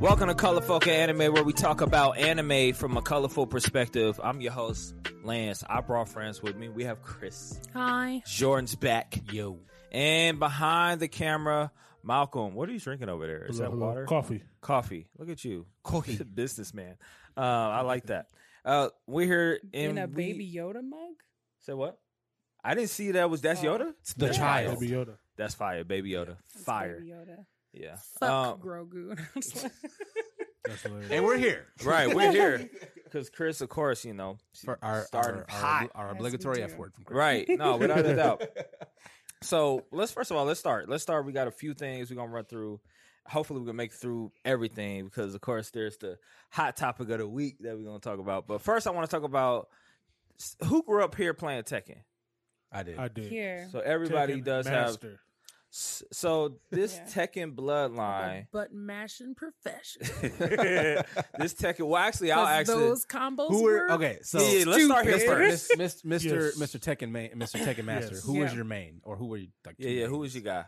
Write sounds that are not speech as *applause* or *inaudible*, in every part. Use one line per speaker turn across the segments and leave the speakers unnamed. Welcome to Colorful Anime, where we talk about anime from a colorful perspective. I'm your host, Lance. I brought friends with me. We have Chris.
Hi.
Jordan's back.
Yo.
And behind the camera, Malcolm. What are you drinking over there? Is that
Hello, hello.
water?
Coffee.
Coffee. Look at you.
Coffee.
Businessman. Uh, I like that. Uh, we're here and
In, a
we-
baby Yoda mug?
Say what? I didn't see that was that's
Oh.
Yoda.
It's the
Yeah.
child.
Baby Yoda.
That's fire, baby Yoda.
It's
Fire.
Baby Yoda.
Yeah.
Fuck
Um,
Grogu. *laughs* I'm just like-
That's hilarious.
And we're here.
right, we're
*laughs*
here because Chris, of course, you know,
For our,
starting
our,
hot.
our, our
Yes,
obligatory
we
F
do.
word from Chris.
Right. No, without a
*laughs*
doubt. So let's first of all let's start. Let's start. We got a few things we're gonna run through. Hopefully we can make through everything because of course there's the hot topic of the week that we're gonna talk about. But first I want to talk about s- who grew up here playing Tekken.
I did.
Uh,
I did.
Here.
So everybody
Tekken
does have.
master.
s- So this
Yeah.
Tekken
*laughs*
bloodline.
But mashing profession.
*laughs* this Tekken. Well, actually, I'll
'Cause
actually.
those combos
Who
were
were okay? So
yeah, yeah, let's start here
stupid.
first.
Miss- Miss- Mr.
Yes.
Mr. Tekken main, Mr. Tekken Master. Who was
Yeah.
your main, or who were you? Like,
Yeah, yeah. Who was your guy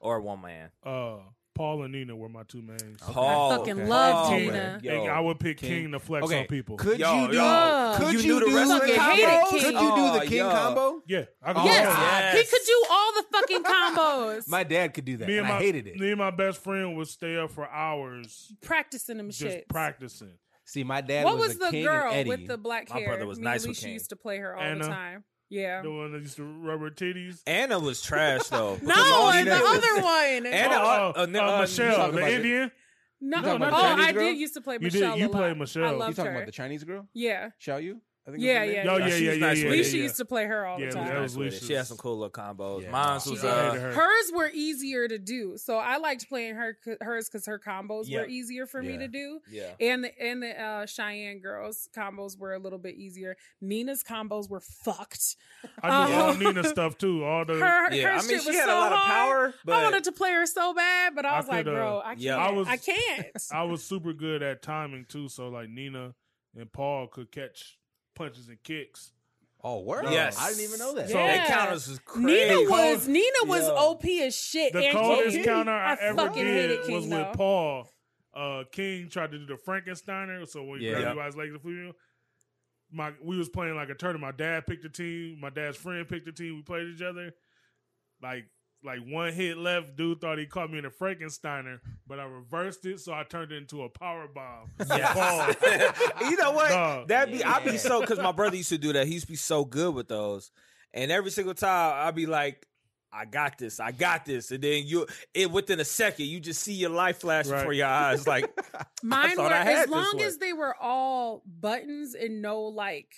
or one man?
*laughs* Uh, Paul and Nina were my two mains.
Okay.
Paul.
I fucking love
Paul,
King.
Nina.
Yo.
And I would pick King,
King.
to flex
Okay,
on people.
could
Yo,
you do?
yo.
Could
You
you,
knew the
do
wrestling
fucking
combo?
hate it, King.
Could
Could
you
you
do
do
the
the
King
King
combo?
combo?
yeah, I
Oh,
could
Yes,
tell.
yeah.
he
Yes.
could do all the fucking combos.
My dad could do that,
Me and
and
my
I hated it.
Me and my best friend would stay up for hours
practicing them
just
shits.
practicing.
See, my dad
what
was,
was
a
the
King and
girl
Eddie.
with the black
My
hair?
brother was
Me
nice
and
with
Alicia
King.
used to play her all
Anna.
the time. Yeah.
The one that used to rub her titties.
Anna was trash
*laughs*
though.
No,
because all she
and the
did was-
other one.
Anna-
oh,
uh, uh,
uh,
no, uh, you
Michelle,
talking
the
about the-
Indian.
no,
You talking
oh,
about the
I
Chinese girl?
did used to play
You did.
Michelle.
You
a lot.
played Michelle.
I
You
You
loved
talking
her.
about the Chinese girl,
yeah.
Xiaoyu? I think.
Yeah,
was her
yeah,
Oh
yeah.
yeah,
She
yeah,
was
yeah,
nice
yeah,
with
Alicia
yeah,
used to play her all
Yeah,
the
that
time.
was
with it.
Lisa's.
She had some cool little combos.
Yeah.
Mine
yeah.
was
I hated
uh,
her.
Hers were easier to do, so I liked playing her hers because her combos
Yeah.
were easier for me
Yeah.
to do,
yeah.
and the and the uh, Cheyenne girls combos were a little bit easier. Nina's combos were fucked.
I did
Uh,
all Nina stuff too. All the
Her, her
Yeah, I
shit
mean,
was
she had a
so
lot of
hard.
power,
I
but
wanted to play her so bad, but I
I
was like,
could, uh,
bro, I can't.
yeah.
I,
I was-
*laughs*
can't.
I was super good at timing too. So like Nina and Paul could catch punches and kicks.
Oh, word.
Yes.
I didn't even know that.
So-
Yeah.
that counters was crazy.
Nina
*laughs*
was Nina was
Yo.
OP as shit.
The
and
coldest
King.
counter I, ever
fucking hated
did
King
was
though.
with Paul. Uh, King tried to do the Frankensteiner, so when you
Yeah.
grab
Yeah.
everybody's legs, if we- my we was playing like a tournament. My dad picked a team. My dad's friend picked a team. We played each other. Like like one hit left, dude thought he caught me in a Frankensteiner, but I reversed it, so I turned it into a power
*laughs*
bomb. Paul.
*laughs* you know what?
Dog.
That'd be I'd be
Yeah.
so because my
*laughs*
brother used to do that. He used to be so good with those, and every single time I'd be like, "I got this, I got this," and then you it within a second you just see your life flash
Right.
before your eyes. Like
Mine
thought
were
I had
as
this
long
one.
as they were all buttons and no like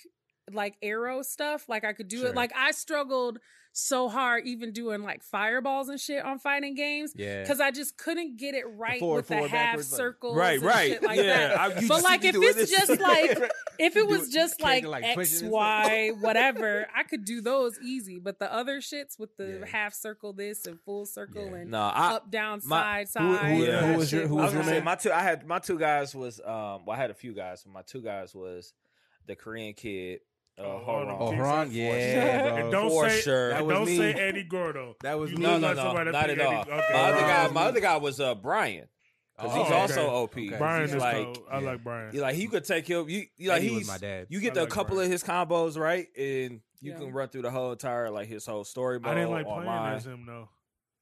like arrow stuff. Like I could do
Sure.
it. Like I struggled so hard even doing like fireballs and shit on fighting games *laughs*
Yeah.
because I just couldn't get it right
forward,
with the
forward,
half
backwards, like-
circles.
right,
and
right,
shit like
yeah.
that.
I- you
But
just
like
see
if
me doing
it's
this.
*laughs*
just like if
You
it
do
was
it-
just
you can't
like,
do, like,
X,
twitches and *laughs*
Y, whatever, I could do those easy. But the other shits with the
Yeah.
half circle this and full circle
Yeah.
and
no, I
up, down,
my-
side,
who-
side.
who
all that
was
your-
shit
who
I
was
was
your
gonna say
man?
my two. I had my two guys was um. Well, I had a few guys. but My two guys was the Korean kid. Uh,
Oh,
Horon.
Horon.
Oh,
King
Ron,
*laughs*
Seth
yeah,
and
bro.
don't
For
say
sure.
That
and
was
don't
me.
say Eddie Gordo.
That was
You
me.
look
No, no,
like
no,
somebody
not
picked
at all.
Eddie- okay.
My other guy,
Ron.
my other guy was uh Brian because he's
Oh, okay.
also OP.
Okay.
Brian
He's
is
like,
cold. I
yeah.
like Brian.
you like he could take him. You, you like
Eddie was
he's
my dad.
You get
I
the
like
couple
Brian.
of his combos right, and you
Yeah.
can run through the whole entire like his whole story.
I didn't
mode
like playing
online.
as him though.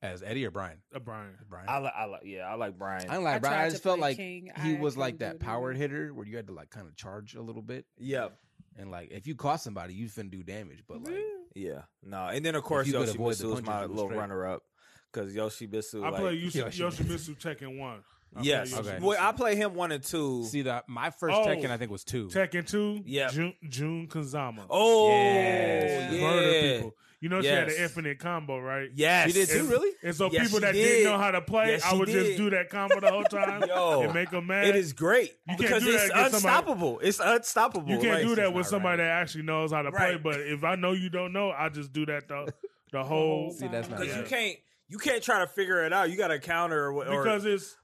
As Eddie or Brian?
Uh, Brian.
Brian.
I like, I like, yeah, I like Brian.
I don't
I
like Brian.
tried
I
to
just felt
play
like
King.
he
I
was like
couldn't do
that
it
power
either.
hitter where you had to like kind of charge a little bit,
yeah,
and like if you caught somebody, you finna do damage. But like,
Mm-hmm.
yeah, no, and then of course
you could
Yoshi
avoid the
Bitsu is
punches,
my
it was
little
straight.
runner up because Yoshi Bitsu.
I
like,
play Yoshi-
Yoshi-
Yoshimitsu Tekken one. I play
Yes,
Yoshi
Okay.
well, I
Mitsu.
play him one and two.
see that my first
Oh.
Tekken I think was two.
Tekken two.
Yeah.
June, June Kazama.
oh,
Yes.
yeah.
murder people. You know she had an
Yes.
infinite combo, right?
Yes,
She did
too,
really?
And so
Yes,
people
she
that
did.
did. not know how to play,
Yes,
I
she
would
did.
just do that combo the whole time
*laughs* Yo.
and make them mad.
It is great
You can't
because
do
it's
that against somebody-
unstoppable. It's unstoppable.
you can't
Like,
do
it's
that with
not
somebody
right.
that actually knows how to play.
Right.
But if I know you don't know, I just do that the
*laughs*
the whole
See, that's not
because you
Yeah.
can't. You can't try to figure it out. You got to counter or, or
because it's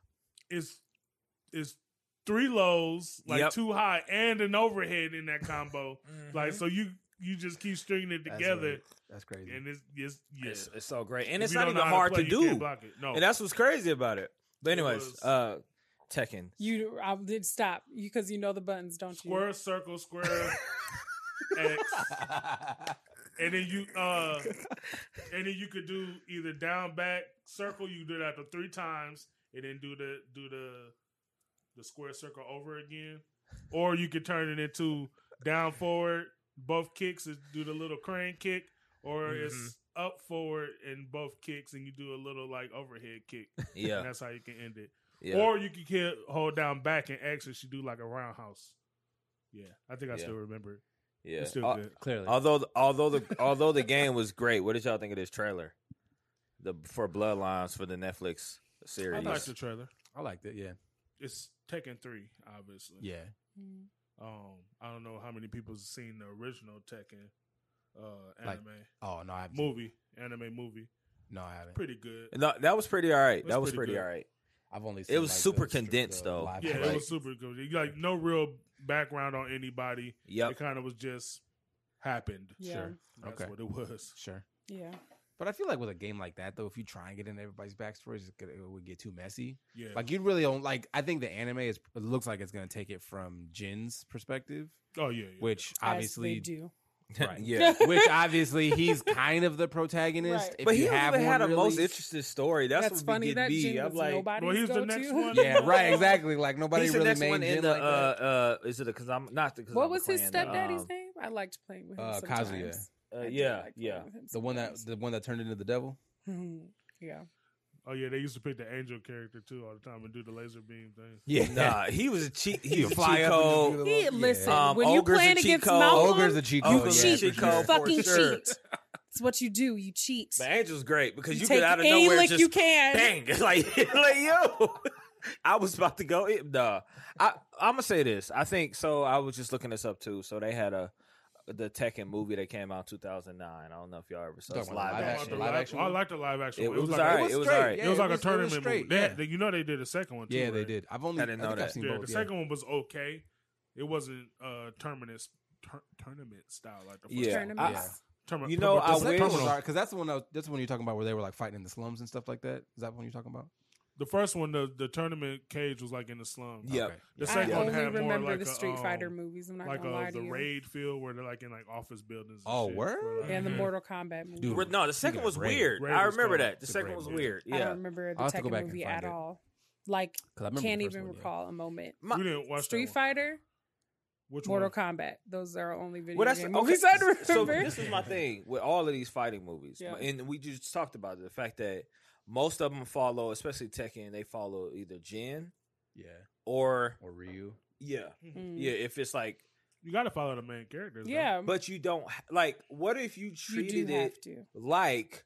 it's it's three lows, like
Yep.
too high, and an overhead in
*laughs*
that combo.
Mhm.
Like so, you you just keep stringing it
That's
together,
right. That's crazy.
and it's yes,
It's,
yes.
it's so great, and
If
it's
you
not
don't
even
know how
hard
play,
to
you can't
do.
block it. No,
And that's what's crazy about it. But
It
anyways,
was-
uh,
*laughs*
Tekken.
You, I did stop you because you know the buttons, don't you?
Square, circle, square,
*laughs*
X, and then you
*laughs*
uh, and then you could do either down, back, circle. You do that the three times, and then do the do the the square, circle over again, or you could turn it into down, forward, both kicks. Is do the little crane kick, or it's
Mm-hmm.
up, forward, and both kicks, and you do a little like overhead kick. And
*laughs* Yeah,
that's how you can end it.
yeah.
Or you could kill, hold down back and X, and she do like a roundhouse. Yeah, I think I
Yeah.
still remember. It.
yeah. Uh,
It's still
Al-
good.
Clearly.
although the- although the although the game was great, what did y'all think of this trailer? The for Bloodlines for the Netflix
I
series.
like the trailer.
I liked it. Yeah.
It's Tekken three, obviously.
Yeah.
Mm.
Um, I don't know how many people's seen the original Tekken uh,
Like-
anime
Oh no, I haven't. seen-
movie, anime movie.
No, I haven't.
Pretty good.
No, that was pretty all right.
It's
That was pretty,
pretty good.
all right.
I've only.
It was super condensed, though.
Yeah,
like-
it was super good. You, Like no real background on anybody. It
Yep.
kind of was just happened.
Yeah.
Sure.
That's
Okay.
what it was.
Sure.
Yeah.
But I feel like with a game like that, though, if you try and get in everybody's backstories, it, could, it would get too messy.
Yeah.
Like you really don't like. I think the anime is. It looks like it's going to take it from Jin's perspective,
oh yeah. yeah.
which
As
obviously,
they
*laughs*
do.
Right.
yeah.
which obviously he's kind of the protagonist.
Right.
If
but
you
he
have
even
one,
had a
really.
most interesting story. That's,
That's,
what
funny.
Did
That
be.
Jin
I'm
was
like,
nobody's
Well, he was the
go-to. *laughs*
next one.
*laughs* Yeah, right. Exactly. Like nobody
he's the
really
next
made
one in
Jin
the
like that.
uh, uh, is it because I'm not because
What was his
stepdaddy's
stepdaddy's name? I liked playing with him.
uh, Kazuya.
sometimes. I
Uh,
did
yeah,
like playing
yeah.
with him
the one that
*laughs* sometimes.
the one that turned into the devil.
Mhm. yeah.
oh yeah. They used to pick the angel character too all the time and do the laser beam thing.
Yeah,
Nah, he was a cheat.
*laughs*
He
You
was a
fly
cheat
up and just
code.
do the little-
He,
yeah.
Listen,
Um,
when you
ogres
playing
and cheat
against
codes.
Malcolm,
Ogre's a cheat
Oh,
code.
you
yeah,
cheat.
cheat
you
code for
fucking
sure.
cheat. It's what you do. You cheat.
But Angel's great because you,
take
could out of
any
nowhere
lick
just
you can.
bang. It's *laughs* like, like yo, I was about to go. in. Nah, I I'm gonna say this. I think so. I was just looking this up too. So they had a the Tekken movie that came out in 2009. I don't know if y'all ever saw
Talking
it. It's
about
live
live
action.
action.
I, liked the
action
live, I
one?
liked the live action.
It
one.
was
like a-
alright, it was
straight,
alright.
yeah,
it was like a tournament
straight,
movie. They had-
yeah.
they- you know they did a second one too.
Yeah, they
right?
did. I've only
I didn't know
think I've
that.
seen
Yeah,
both.
the
yeah.
second one was okay. It wasn't uh tournament tur- tournament style like the first
Yeah.
one.
Tournaments.
I-
Yeah.
Tournament-
You know,
but the
I
The
second
second
wish-
one
one-
was because that's the one. That was, that's the one you're talking about where they were like fighting in the slums and stuff like that. Is that one you're talking about?
the first one, the, the tournament cage was like in the slum.
Yeah. Yep.
Okay.
The
I
second one
only
had more
remember
like
the
a,
Street Fighter
um,
movies. I'm not
like
gonna lie
a,
to
the
you.
raid field where they're like in like office buildings. And
Oh,
shit,
word?
where, like-
and the
Mhm.
Mortal Kombat movie.
Dude,
No, the second
Speaking
was
of Raid,
weird.
Raid
I
was
remember
dope.
that. The
It's a
second
great
was
movie.
weird.
I don't
Yeah.
remember the
I'll have to go
Tekken
back and
movie
find
at
it.
all. Like,
'Cause I remember the
can't
first
even
one, yeah.
recall a moment.
My-
we didn't watch
Street
that one.
Fighter,
Which
Mortal
one?
Kombat. Those are our only video
Well, that's
game
okay.
movies I remember.
*laughs*
So this is my thing with all of these fighting movies,
Yeah.
and we just talked about it, the fact that most of them follow, especially Tekken, they follow either Jin
Yeah.
or
Or Ryu.
yeah,
Mm.
yeah. If it's like,
You got to follow the main characters. though.
yeah,
but you don't ha- like. What if you
you
treated
do
it
have to.
like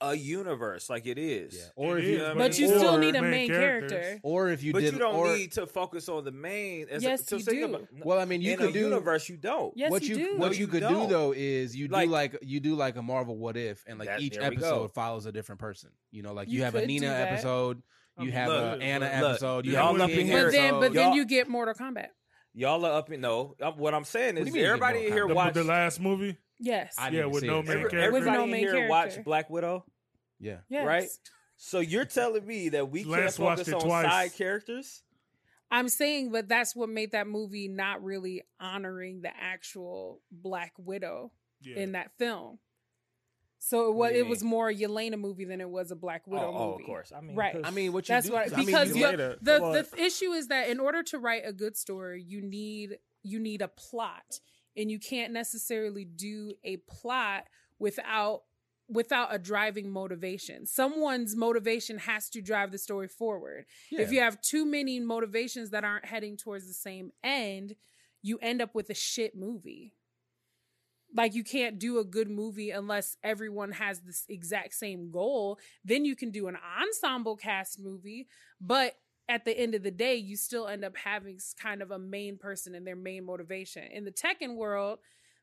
a universe, like it is?
Yeah. Or
It
if you,
is,
But you
or
still need a
main
main
characters.
character.
or if you
but
did,
you don't
or,
need to focus on the main. As
Yes,
a, so
you
think
do.
About,
Well, I mean, you
in
could
a
do
universe. You don't.
Yes,
what
you
you,
do.
what
No,
you,
you
could
don't.
do though is you
Like-
do like you do like a Marvel What If, and like
That-
each
there we go.
episode follows a different person. You know, like you,
You
have a
could do
Nina
that.
episode,
I
you
mean,
have
look,
a Anna
look,
episode, you
y'all
have a
up in
King
here,
but then,
so
but then
y'all-
you get Mortal Kombat.
Y'all are up in no. I'm- What I'm saying
What
is
do you mean you get
everybody
more
in here
The,
content?
watch.
the last movie.
Yes.
I
yeah,
didn't
with
see
no
it.
main
every-
character.
With
everybody
no
in
main
here watch
character.
Black Widow.
Yeah,
yes.
right? So you're telling me that we
Lance
can't
watched
focus
it
on
twice.
side characters?
I'm saying, but that's what made that movie not really honoring the actual Black Widow
Yeah.
in that film. So it
What
was
do you
it was
mean?
more a Yelena movie than it was a Black
Oh,
Widow
oh,
movie.
of course. I mean,
Right.
because-
I mean, what you
That's
do,
what
I mean,
because
you
you-
later-
the
Well,
the th- issue is that in order to write a good story, you need you need a plot, and you can't necessarily do a plot without without a driving motivation. Someone's motivation has to drive the story forward. If you have too many motivations that aren't heading towards the same end, you end up with a shit movie. Like you can't do a good movie unless everyone has this exact same goal. Then you can do an ensemble cast movie, but at the end of the day, you still end up having s- kind of a main person and their main motivation. In the Tekken world,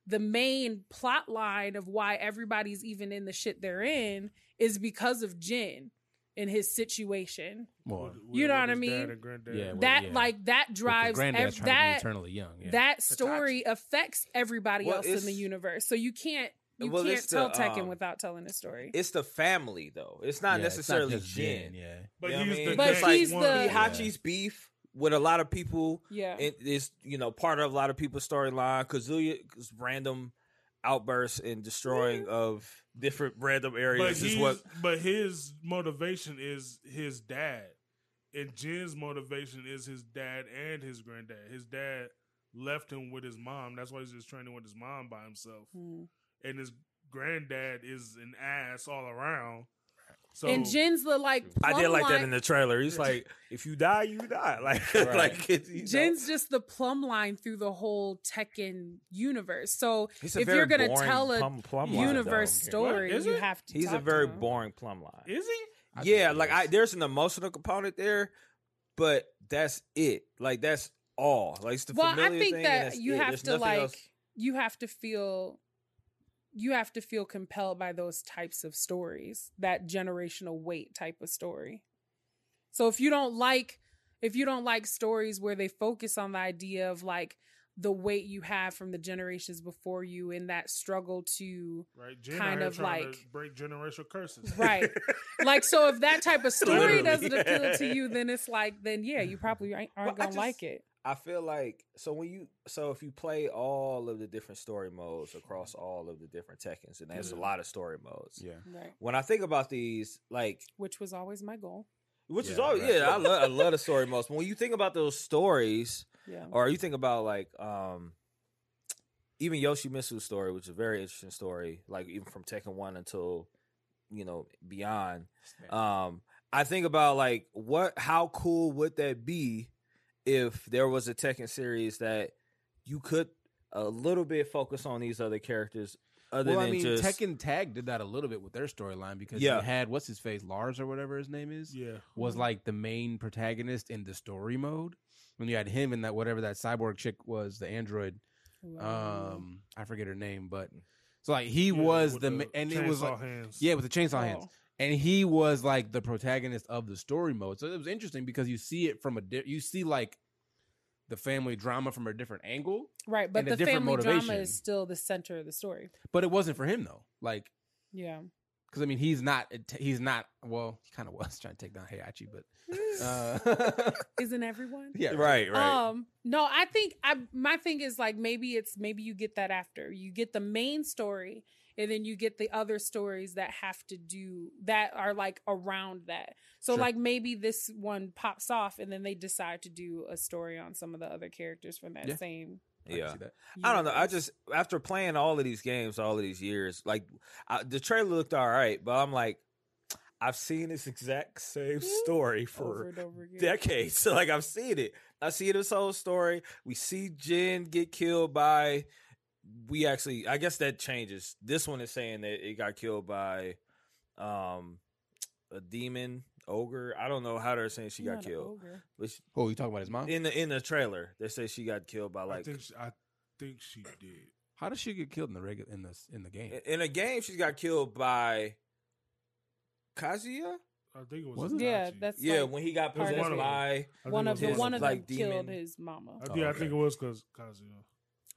the main plot line of why everybody's even in the shit they're in is because of Jin and his situation
Well,
You know
with
what I
his dad
mean?
and granddad.
Yeah, with-
that
yeah.
like that
with the
drives
granddad
ev-
trying to be
that
eternally young. Yeah.
that story affects everybody
Well,
else in the
it's-
universe. So you can't You
Well,
can't
it's the,
tell Tekken
um,
without telling a story.
It's the family though. It's not
Yeah, it's
necessarily
just
Jin.
Yeah.
But
You know what I
he's the
mean?
But
best
he's
one.
the-
Yeah.
Heihachi's beef with a lot of people
yeah.
it is you know part of a lot of people's storyline. Kazuya's random outbursts and
Mm-hmm.
destroying of different random
But,
areas is
he's-
what
but his motivation is his dad. And Jen's motivation is his dad and his granddad. His dad left him with his mom. That's why he's just training with his mom by himself.
Mm.
And his granddad is an ass all around. So
and Jin's the like.
I
plumb
did like that
line-
in the trailer. He's like, if you die, you die. *laughs* Like,
Right.
like it's, you know,
Jin's just the plumb line through the whole Tekken universe. So
he's
if you're gonna
boring
tell a
plumb, plumb line,
universe
though.
story,
What? Is
you
it?
have to.
He's a
talk to
very
him.
boring plumb line.
is he?
I think
yeah,
he
like
is.
I there's an emotional component there, but that's it. Like that's all. Like it's the
Well, I
familiar
think
thing and
that
that's
you
it.
have
There's
to
nothing
like.
else.
You have to feel. You have to feel compelled by those types of stories, that generational weight type of story. So if you don't like, if you don't like stories where they focus on the idea of like the weight you have from the generations before you and that struggle to
Right. Jen
Kind
kind of
of
trying to
like-
break generational
*laughs*
curses.
right like so if
*laughs*
that type of story
Literally.
doesn't appeal to you then it's like then yeah you probably aren't, aren't
Well, I
gonna
just-
like it
I feel like so when you so if you play all of the different story modes across all of the different Tekkens, and there's a
Yeah.
lot of story modes.
Yeah.
right
When I think about these, like
which was always my goal
which is
Yeah,
all
right.
yeah, I love I love the story modes. But when you think about those stories,
yeah
or you think about like um even Yoshimitsu's story, which is a very interesting story, like even from Tekken One until you know beyond. Um, I think about like what how cool would that be if there was a Tekken series that you could a little bit focus on these other characters other
well,
than
I mean,
just
Tekken Tag did that a little bit with their storyline because
Yeah.
you had what's his face, Lars or whatever his name is,
Yeah.
was like the main protagonist in the story mode. When you had him and that whatever that cyborg chick was, the android, um, I forget her name, but so like he
Yeah,
was
with
the, ma and it was
chainsaw
like
hands.
yeah with the chainsaw hands.
Oh.
and he was like the protagonist of the story mode. So it was interesting because you see it from a di- you see like the family drama from a different angle,
right but
and a
the
different
family drama
motivation.
is still the center of the story
but it wasn't for him though. Like
yeah
because I mean he's not he's not well he kind of was trying to take down Heihachi,
*laughs*
but uh, *laughs*
isn't everyone
yeah
right, right.
Um, no, I think I my thing is like maybe it's maybe you get that after. You get the main story and then you get the other stories that have to do that are like around that. So
Sure.
like maybe this one pops off and then they decide to do a story on some of the other characters from that
Yeah.
same
I can
yeah.
*laughs* see that.
I don't know. I
universe.
just after playing all of these games, all of these years, like I, the trailer looked all right, but I'm like, I've seen this *laughs* exact same story
over
for *laughs*
and over again.
decades. So like I've seen it. I see this whole story. We see Jin get killed by. We actually, I guess that changes. This one is saying that it got killed by, um, a demon ogre. I don't know how they're saying she
You're
got
not an
killed.
ogre.
But she-
Oh, you talking about his mom?
in the in the trailer, they say she got killed by
I
like
think she, I think she did.
How does she get killed in the regular in the in the game?
in- in a game. She got killed by Kazuya.
I think it was.
Was it?
Yeah,
Itachi.
that's
Yeah,
like
when he got
part of
possessed
it.
by.
I think
one
it
of
was
the
his,
Itachi.
one of
like,
them
demon.
killed his mama.
I, think, I
oh, okay.
think it was because Kazuya.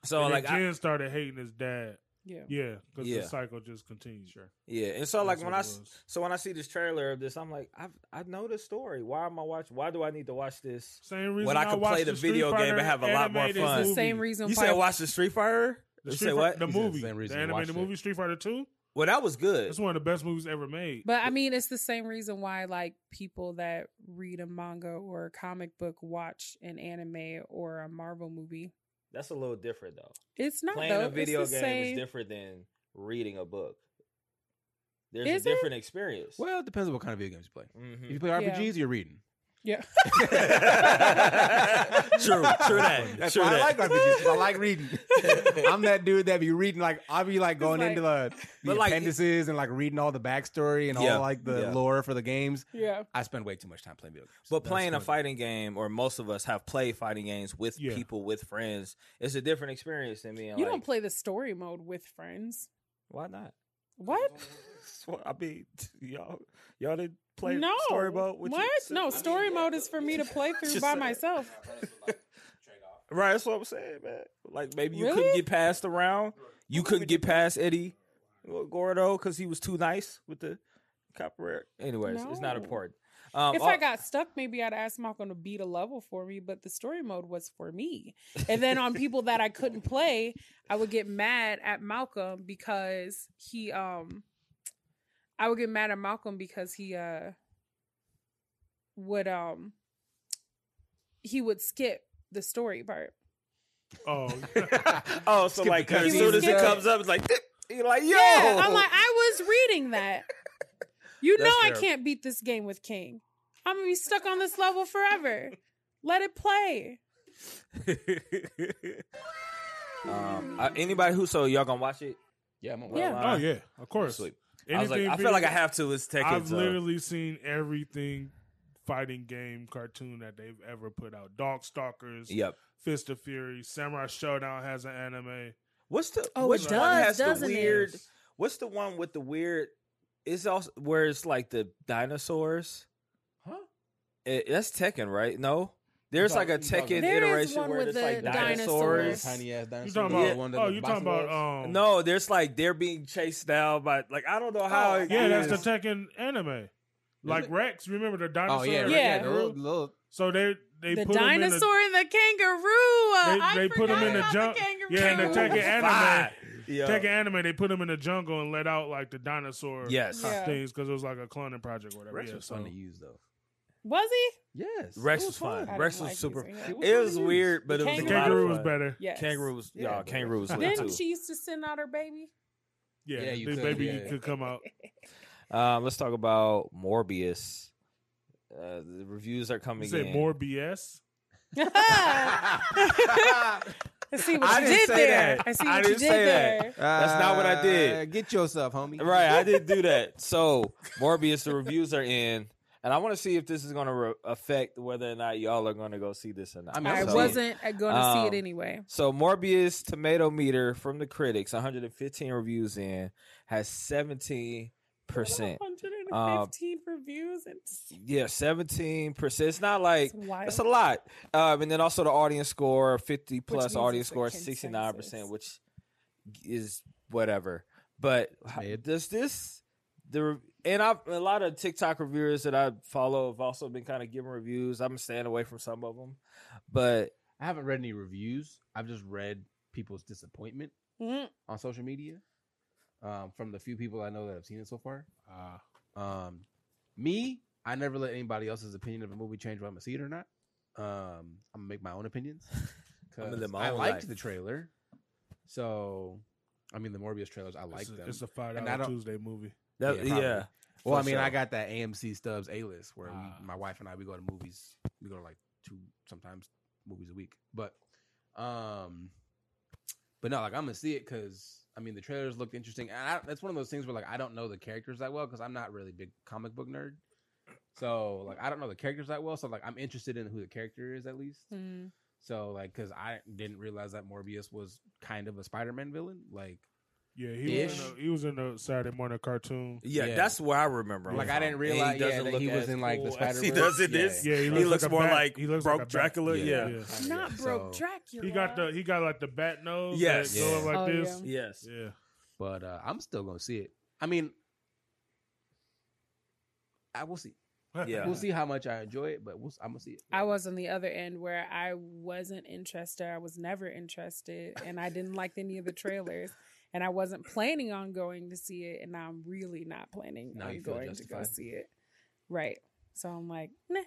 So
and then
like I,
Jin started hating his dad.
Yeah.
Yeah, because
Yeah.
the cycle just continues. Sure.
yeah, and so like when I. s- So when I see this trailer of this, I'm like, I I know the story. Why am I watching? Why do I need to watch this?
same reason
When I could
watched
play the
Street
video game and
Fighter
have a lot more
animated
fun. Movie.
It's the same reason
You
why
said watch the Street Fighter.
The
You
Street
said
Fi-
what?
The
He said the
movie,
same reason
the
he
animated
watched
movie
it.
Street Fighter Two.
Well, that was good.
That's one of the best movies ever made.
But I mean, it's the same reason why like people that read a manga or a comic book watch an anime or a Marvel movie.
That's a little different though.
It's not
Playing
though.
a video
it's the
game
same.
is different than reading a book. There's
Is it?
a different experience.
Well, it depends on what kind of video games you play. If
Mhm.
you play
Yeah.
RPGs, you're reading.
Yeah.
*laughs* true, true that.
That's
true
why
that.
I like RPGs. 'cause I like reading. I'm that dude that be reading like I'll be like
It's
going
like-
into the, the
But, like, it-
appendices and like reading all the backstory and
Yeah,
all like the
yeah.
lore for the games.
yeah.
I spend way too much time playing video games.
*laughs* But
That's
playing a
what-
fighting game, or most of us have played fighting games with
Yeah.
people, with friends, it's a different experience than being
You
like,
don't play the story mode with friends.
why not?
What?
I mean, y'all, y'all didn't
no. what? No, story mode is for me to play through
Just
by
saying.
myself. *laughs*
Right, that's what I'm saying, man. Like maybe you
Really?
couldn't get past the round. You couldn't get past Eddie. Well, Gordo because he was too nice with the copyright. Anyways, it's not
No.
important. Um,
if
all-
I got stuck, maybe I'd ask Malcolm to beat a level for me, but the story mode was for me. And then on people that I couldn't play, I would get mad at Malcolm because he um I would get mad at Malcolm because he uh would um he would skip the story part.
*laughs*
Oh,
*laughs* oh, so
Skip
like
the
as
cutscene.
soon as it
Skip it.
comes up, it's like "Dip," you're like yo.
Yeah, I'm like I was
*laughs*
reading that. You
That's
know I
fair.
can't beat this game with King. I'm gonna be stuck on this level forever. Let it play.
*laughs* um, uh, anybody who so y'all gonna watch it?
yeah, I'm
Yeah.
Well,
oh
uh,
yeah, of course.
Sleep. I was like,
Anything
I feel like I
video-
have to. It's tech.
I've
so.
literally seen everything fighting game cartoon that they've ever put out. Dog Stalkers,
Yep.
Fist of Fury, Samurai Showdown has an anime.
What's the
Oh, it
which one
does,
has the
doesn't it?
weird? What's the one with the weird? It's also where it's like the dinosaurs.
Huh?
Eh, that's Tekken, right? No, there's like a
talking- you
Tekken
talking-
There is
iteration
one
where
with
it's like
the
dinosaurs.
dinosaurs.
Tiny ass
You
dinosaur.
talking
Yeah.
about?
the one that
Oh,
the
you
boxing
talking about?
gloves?
Um,
No, there's like they're being chased down by like I don't know how.
Oh,
it
yeah, that's the
is.
Tekken anime. Like
it?
Rex, remember the dinosaur?
Oh yeah, right,
Yeah.
yeah. the little- little-
So they they
the
put him in the-
dinosaur and the kangaroo.
They- they
I
put 'em
forgot
in a
about
junk-
The kangaroo.
yeah, in the Tekken
Fine.
anime.
Yeah.
Tekken anime, they put him in the jungle and let out like the dinosaur
Yes.
Yeah.
things because it was like a cloning project or whatever.
Rex
yeah,
was
so-
fun to use though.
Was he?
Yes,
Rex
it
was fun.
I
Rex was
didn't like
super-
using
It
it.
It fun
was
to use. *laughs*
weird, but it was
The
a
Kangaroo.
lot of
kangaroo was
fun.
better.
Yes.
Kangaroo was
Yeah,
y'all.
but-
Kangaroo was lit
Then
too.
she used to send out her
*laughs*
baby. *laughs*
Yeah,
Yeah, you
the
could,
baby
yeah.
you could come out.
Um, let's talk about Morbius. Uh, the reviews are
You
coming
said
in.
more BS.
I see what
I
you
didn't
did
say
there.
that.
I see
I
what you
didn't
did
say that.
there.
That's not what I did.
Uh, Get yourself, homie.
right, I didn't do that. So Morbius, the reviews are in, and I want to see if this is going to re- affect whether or not y'all are going to go see this or not.
I mean,
I
I'm
so,
sorry.
wasn't going to see
Um,
it anyway.
So Morbius tomato meter from the critics, 115 reviews in, has 17
*laughs*
percent.
115
Um,
reviews. And
Yeah, 17 percent. It's not like
it's wild.
That's a lot. Um, and then also the audience score, 50 plus
means
audience
it's a
score, 69%,
consensus.
which is whatever. But how-
mid.
does this, the, re- and I've, a lot of TikTok reviewers that I follow have also been kind of giving reviews. I'm staying away from some of them, but
I haven't read any reviews. I've just read people's disappointment
Mm.
on social media um, from the few people I know that have seen it so far. Um, me, I never let anybody else's opinion of a movie change whether I'm gonna see it or not. Um, I'm gonna make my own opinions.
I'ma
'cause
live my
I
own
liked
life.
the trailer, so I mean the Morbius trailers. I like
it's,
them.
a, it's a five
And I
dollar
don't-
Tuesday movie.
that,
Yeah,
yeah.
probably. well, I
for
mean, I
sure.
got that AMC Stubbs A list where
Ah.
we, my wife and I we go to movies. We go to like two sometimes movies a week, but um, but no, like I'm gonna see it because I mean the trailers looked interesting, and I, that's one of those things where like I don't know the characters that well because I'm not really a big comic book nerd. So like I don't know the characters that well, so like I'm interested in who the character is at least.
Mm.
So like because I didn't realize that Morbius was kind of a Spider-Man villain. Like
Yeah, he was, in
Ish.
the, he was in the Saturday morning cartoon.
yeah,
Yeah.
that's where I remember. him
Like, I didn't
from. And
realize-
he
yeah,
doesn't
that
look
he was
as
in, like, the
cool as he
Spider-Verse.
does in this.
Yeah, he
He
looks,
looks
like a
more
bat.
like
he looks
broke
like a bat.
Dracula. Yeah.
yeah.
Not broke
so-
Dracula.
He got the he got like the bat nose.
Yes.
that go
Yeah.
like
Oh,
this.
Yes.
Yeah.
but uh, I'm still gonna see it. I mean, I will see.
Yeah.
We'll see how much I enjoy it, but we'll, I'm gonna see it.
I was on the other end where I wasn't interested. I was never interested, and I didn't like any of the trailers, and I wasn't planning on going to see it, and now I'm really not planning
Now
on
you feel
going to go
justified.
see it. Right. So I'm like, nah.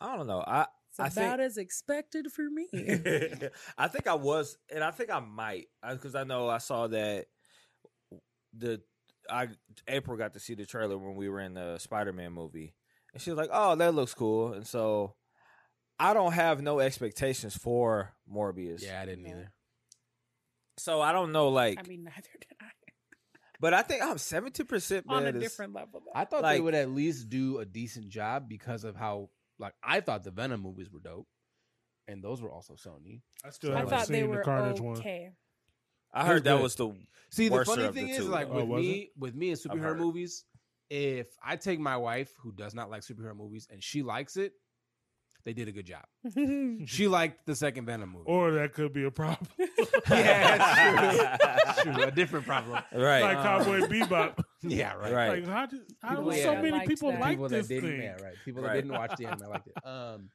I don't know. I,
It's
I
about
think-
as expected for
*laughs*
me.
*laughs* I think I was, and I think I might, because I, know I saw that the I April got to see the trailer when we were in the Spider Man movie, and she was like, "Oh, that looks cool," and so I don't have no expectations for Morbius.
Yeah, I didn't
Yeah.
either.
So I don't know, like,
I mean, neither did I.
but I think I'm seventy percent
On a different level, though.
I thought they
Like-
would at least do a decent job because of how like I thought the Venom movies were dope, and those were also Sony.
*laughs* I still
I
I
haven't
thought
seen
they
the
were
Carnage one.
okay.
I
It was
heard that
good. *laughs*
was the
See, the
worser
funny
of the
thing
two,
is, like
though. Oh,
with
was
me, with me and superhero
heard.
movies, if I take my wife who does not like superhero movies and she likes it, They did a good job.
*laughs* Venom.
She liked the second Venom movie.
Or that could be
*laughs*
a problem. *laughs*
yeah, that's true. That's true. A different problem.
Right.
like
Uh,
Cowboy Bebop.
*laughs* Yeah, right.
Right.
Like how did how
People
do
that
so many
liked
people
that.
like
people
this
that didn't,
thing?
yeah, right. People
Right.
that didn't watch the anime liked it. Um,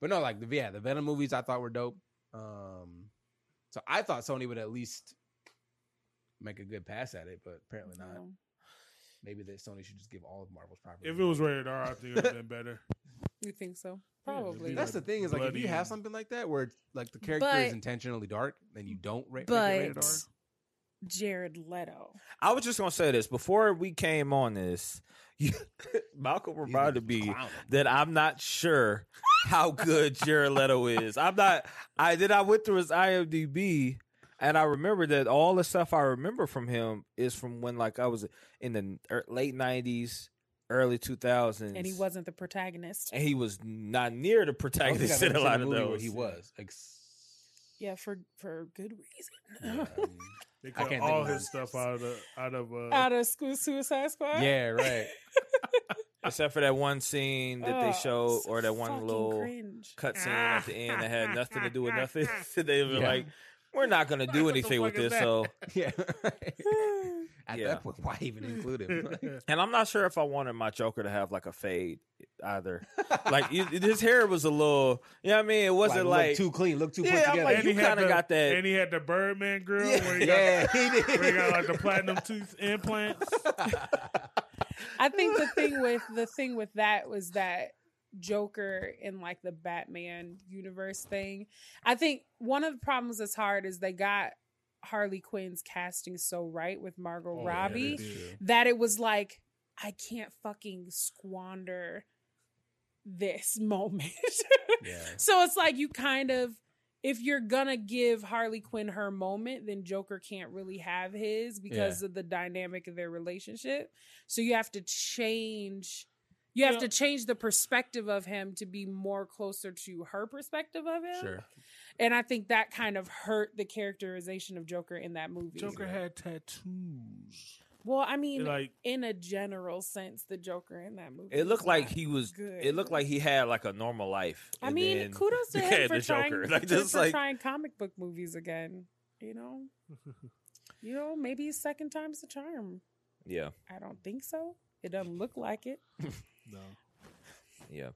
but no, like the yeah, the Venom movies I thought were dope. Um, so I thought Sony would at least make a good pass at it, but apparently not. Maybe that Sony should just give all of Marvel's property.
If it was rated R, I think it would have been better.
You think so?
Yeah, just
Probably.
be
that's the thing is like if you
bloody
have
and-
something like that where it's like the character
But-
is intentionally dark, then you don't rate
but-
rated R.
Jared Leto.
I was just gonna say this before we came on this. *laughs* You, Malcolm
These
reminded
niggas
me
clowning.
that I'm not sure how good Jared Leto is. I'm not. I then I went through his IMDb, and I remember that all the stuff I remember from him is from when like I was in the er- late '90s, early 2000s,
And he wasn't the protagonist.
and he was not near the
I don't think
protagonist
I've
in
ever
a
seen
lot of
movie where
those.
he was. Ex-
Yeah, for for good reason.
yeah,
*laughs*
*laughs*
I mean,
They
I
cut
can't
all
think of
his stuff out of out of uh,
Out of Squ- Suicide Squad.
*laughs*
yeah, right. *laughs*
except for that one scene that they
Oh,
showed,
so
or that one
fucking
little *laughs*
cringe. *laughs*
cut scene at the end that had nothing to do with nothing. *laughs* they were
Yeah.
like, "We're not gonna do
What the
anything with
fuck is
this."
that?
So,
*laughs* Yeah. right. At
Yeah.
that point, why even include
*laughs*
him? *laughs*
and I'm not sure if I wanted my Joker to have like a fade either. Like you,
*laughs*
his hair was a little, you know what I mean? It wasn't
look
like,
too clean, look too
Yeah,
put
I'm
together.
like,
And
you
he had
kinda
the-
got that-
And he had the Birdman grill where he
yeah, Oh,
got
he
*laughs*
did.
where he got like the platinum tooth
*laughs*
implants.
I think the thing with the thing with that was that Joker in like the Batman universe thing. I think one of the problems that's hard is they got Harley Quinn's casting so right with Margot
Oh, yeah, they
Robbie
did.
that it was like I can't fucking squander this *laughs* moment.
Yeah.
so it's like you kind of if you're gonna give Harley Quinn her moment, then Joker can't really have his because of the dynamic of their relationship. So you have to change you have
Yeah.
to change the perspective of him to be more closer to her perspective of him.
Sure.
And I think that kind of hurt the characterization of Joker in that movie.
Joker had tattoos.
Well, I mean,
Like
in a general sense, the Joker in that movie.
it looked
was
like
not
he was.
good.
It looked like he had like a normal life.
I
and
mean,
then *laughs*
kudos to
became
him for
the
trying,
Joker.
*laughs*
Like,
for-
just
for
like-
trying comic book movies again. You know, you know, maybe second time's the charm.
yeah,
I don't think so. It doesn't look like it.
no.
yeah.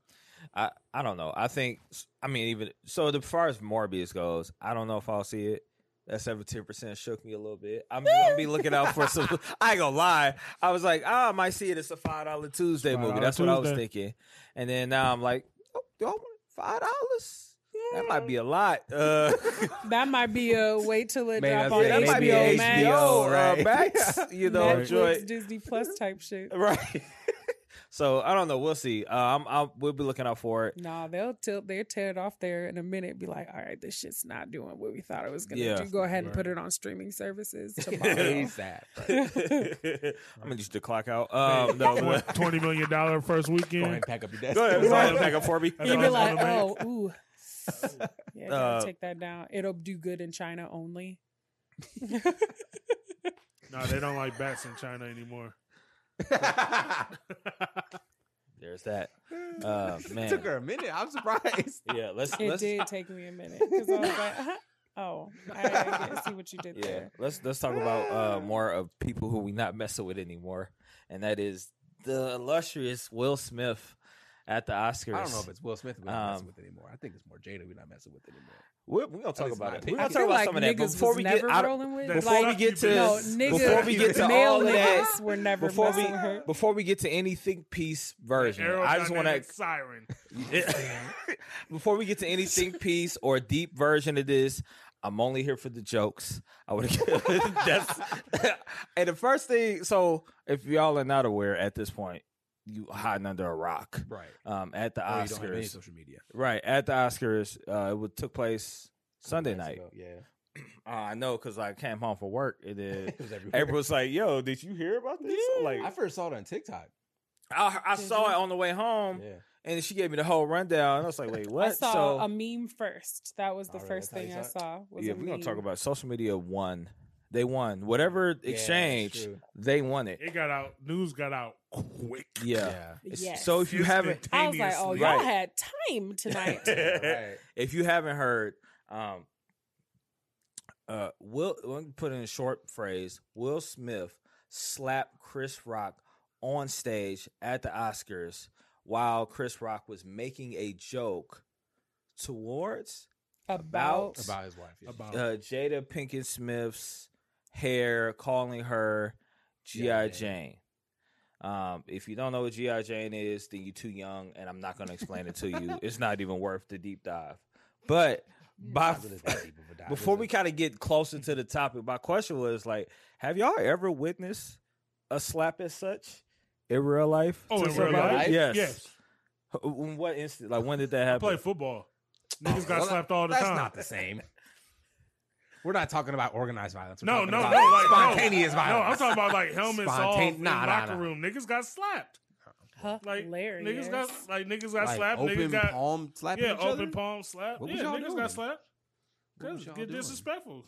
I I don't know. I think. I mean, even so, the, as far as Morbius goes, I don't know if I'll see it. That seventeen percent shook me a little bit. I'm gonna be looking out for some. *laughs* I ain't gonna lie. I was like, ah, I might see it. It's a five dollar Tuesday
$5
movie. That's what I was
Tuesday.
thinking. And then now I'm like, oh, do I want five dollars? That might be a lot. *laughs* Uh,
That might be a wait till it
Maybe
drop
that's
on
it.
that might be
HBO,
HBO,
Max,
HBO right? *laughs*
right?
uh, Max. You know,
Netflix,
enjoy
Disney Plus type shit.
*laughs* right. *laughs* so I don't know. We'll see. Uh, I'm, I'm. We'll be looking out for it.
Nah, they'll tilt, they'll tear it off there in a minute. Be like, all right, this shit's not doing what we thought it was gonna
Yeah.
do. Go ahead and
Right.
put it on
*laughs*
streaming services tomorrow.
ASAP. Right?
I'm gonna use the clock out. Um, no, *laughs* but-
What, twenty million dollar first
Go ahead
weekend.
and pack up your desk.
Go ahead,
That's
go
all
ahead,
I'm-
pack up for me.
*laughs* that's
You'd
all
be
I'm
like,
gonna
oh, ooh. Yeah, gotta
Uh,
take that down. It'll do good in China
*laughs*
only.
No, they don't like bats in China anymore.
There's that. *laughs*
*laughs*
Uh, man.
It took her a minute.
*laughs*
I'm surprised.
Yeah, let's
It
let's
did take me a minute because I was like, uh-huh. oh, I, I get- see what you did
yeah
there.
let's let's talk about uh, more of people who we not messing with anymore, and that is the illustrious Will Smith at the Oscars.
I don't know if it's Will Smith we're not messing
Um,
with anymore. I think it's more Jada we're not messing with anymore.
we're, we're gonna talk
That's
about
my
it.
opinion.
I'll
I
talk about some of that.
niggas
But before
was
we get
never
out, of-
rolling with
*laughs*
That's
before
fuck
we
you,
get to
no
bitch.
niggas.
before we get to
male
all of that,
niggas were never
before we
messing with her.
before we get to anything piece version, I just want to
Aerodynamic siren.
*laughs* before we get to anything piece or deep version of this. I'm only here for the jokes. I would *laughs* that's and the first thing. So if y'all are not aware at this point, you hiding under a rock
Right.
um, at the
Or Oh, you don't have any
Oscars.
social media.
Right at the Oscars, uh, it would, took place Sunday
Nights
night.
ago, Yeah.
Uh, I know because I came home from work and then.
*laughs* It was everywhere.
April was like, "Yo, did you hear about this?" I'm Like,
I first saw it on TikTok.
I, I
Did
saw
you?
it on the way home,
Yeah.
and she gave me the whole rundown. And I was like, "Wait, what?"
I saw
so,
a meme first. That was the
All right,
first
that's how
thing
you
I
saw
saw. Was
yeah,
a
we're gonna
meme.
talk about social media one They won. Whatever
Yeah, that's
exchange,
true.
they won it.
It got out. News got out quick.
Yeah. It's-
Yes.
So if you haven't
I was like, oh,
Instantaneously.
yeah.
y'all
Right.
had time tonight.
*laughs*
Right.
if you haven't heard, um, uh, Will let me put in a short phrase: Will Smith slapped Chris Rock on stage at the Oscars while Chris Rock was making a joke towards
About,
about his wife. Yeah.
About
uh, Jada Pinkett Smith's hair, calling her GI
G.I.
Jane. Um, if you don't know what GI Jane is, then you're too young, and I'm not going to explain it to you. It's not even worth the deep dive. But by
Not really that deep of a dive,
before
is
we
it?
kind of get closer to the topic, my question was like, have y'all ever witnessed a slap as such in real life?
Oh,
To
in real
somebody?
life?
Yes.
Yes.
H- In what instant? Like when did that
I play
happen?
football.
Oh,
Niggas got
well,
slapped all the
that's
time.
not the same. We're not talking about organized violence. We're
No,
talking
no,
about
no, like, no.
spontaneous
No, I'm
violence.
talking about like helmets off
Spontane-
in
nah, nah,
locker
nah.
room. Niggas got slapped. Like
hilarious.
niggas got like niggas got
Like,
slapped.
Open
Niggas got
palm slapping
yeah,
each
open
other?
palm slap.
What
yeah,
was y'all
niggas
doing?
got slapped.
What was
Cause
y'all
get
doing?
disrespectful.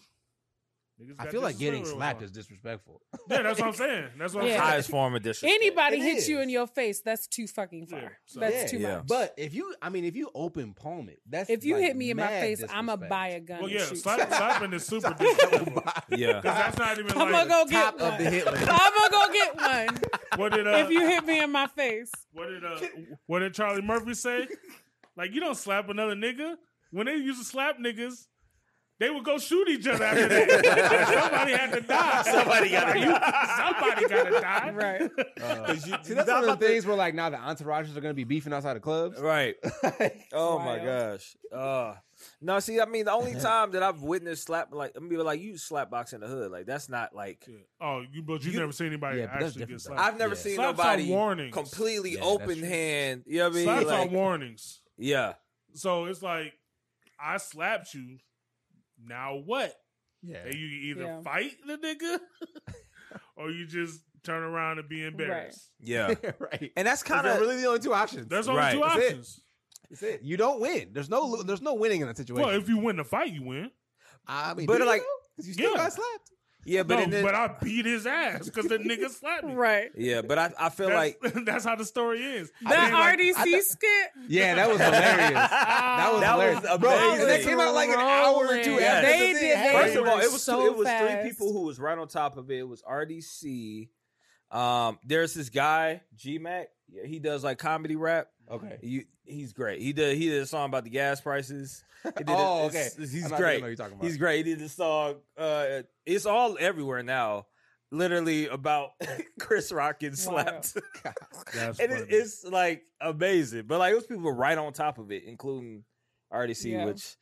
Niggas
I
got
feel like getting
disrespectful.
slapped is disrespectful.
yeah. That's what I'm saying. That's what I'm
Yeah.
saying.
Highest form of disrespect.
Anybody
It
hits you
is.
in your face, that's too fucking far.
Yeah, so-
that's
Yeah.
too
Yeah.
much.
But if you, I mean, if you open palm it, that's
if you
like
hit me in my
mad
face, I'ma
disrespect.
buy
*laughs*
a gun.
Well,
and
yeah,
shoot
slap,
you.
slapping is super
I'ma
*laughs*
disrespectful.
buy-
Yeah.
Cause that's not even
I'ma
like
go get
top
one.
of the hit list.
*laughs* I'ma go get one
what did uh,
if you hit me in my face.
What did uh, what did Charlie Murphy say? Like you don't slap another nigga. When they used to slap niggas, they would go shoot each other after that.
*laughs*
somebody had to die.
Somebody gotta
You- Somebody gotta die.
Right.
Uh,
you-
see, that's
not
one of
about
the
to-
things where like now the entourages are going to be beefing outside of clubs. *laughs*
Right. Oh my
Wild.
gosh. Uh no, see, I mean the only time that I've witnessed slap like I mean like you slap box in the hood. Like that's not like
Oh, you but you,
You-
never seen anybody
Yeah, but that's
actually get
different, though.
slapped.
I've never
Yeah.
seen
Slaps are
nobody
warnings.
completely
Yeah, that's
open
true.
hand. You know what I mean?
Slaps are
Like,
warnings.
yeah.
So it's like I slapped you. Now what?
Yeah.
And you either
Yeah.
fight the nigga, or you just turn around and be embarrassed.
*laughs*
Yeah.
right.
And that's
Kind
kind
of
of
really the only two options.
There's only
Right.
two
That's it.
options.
That's *laughs* it. You don't win. There's no lo- there's no winning in that situation.
Well, if you win the fight, you win.
I mean,
But,
do you
like-
though? 'Cause you still
Yeah.
got slapped.
Yeah, but
no,
in the,
but I beat his ass because the nigga slapped me.
Right.
Yeah, but I, I feel
That's, *laughs*
like
that's how the story is.
That
I mean,
RDC
I thought-
skit.
*laughs* Yeah, that was *laughs* hilarious. That was
That was
hilarious. Bro,
amazing.
and that came out like an hour or two
Rolling.
after
They
the
did
thing
that.
first of
They
all,
were
it was
so
two, it was
fast.
three people who was right on top of it. It was RDC. Um, there's this guy G Mac. He does like comedy rap.
Okay.
You, he's great. He did he did a song about the gas prices. He did a-
Oh, okay.
it's- He's
I'm not
great.
gonna know what you're talking about.
He's great. He did a song. Uh, it's all everywhere now. Literally about *laughs* Chris Rock and
*laughs*
slapped, *laughs*
That's
and
funny.
it, it's like amazing. But like it was people right on top of it, including RDC,
Yeah.
which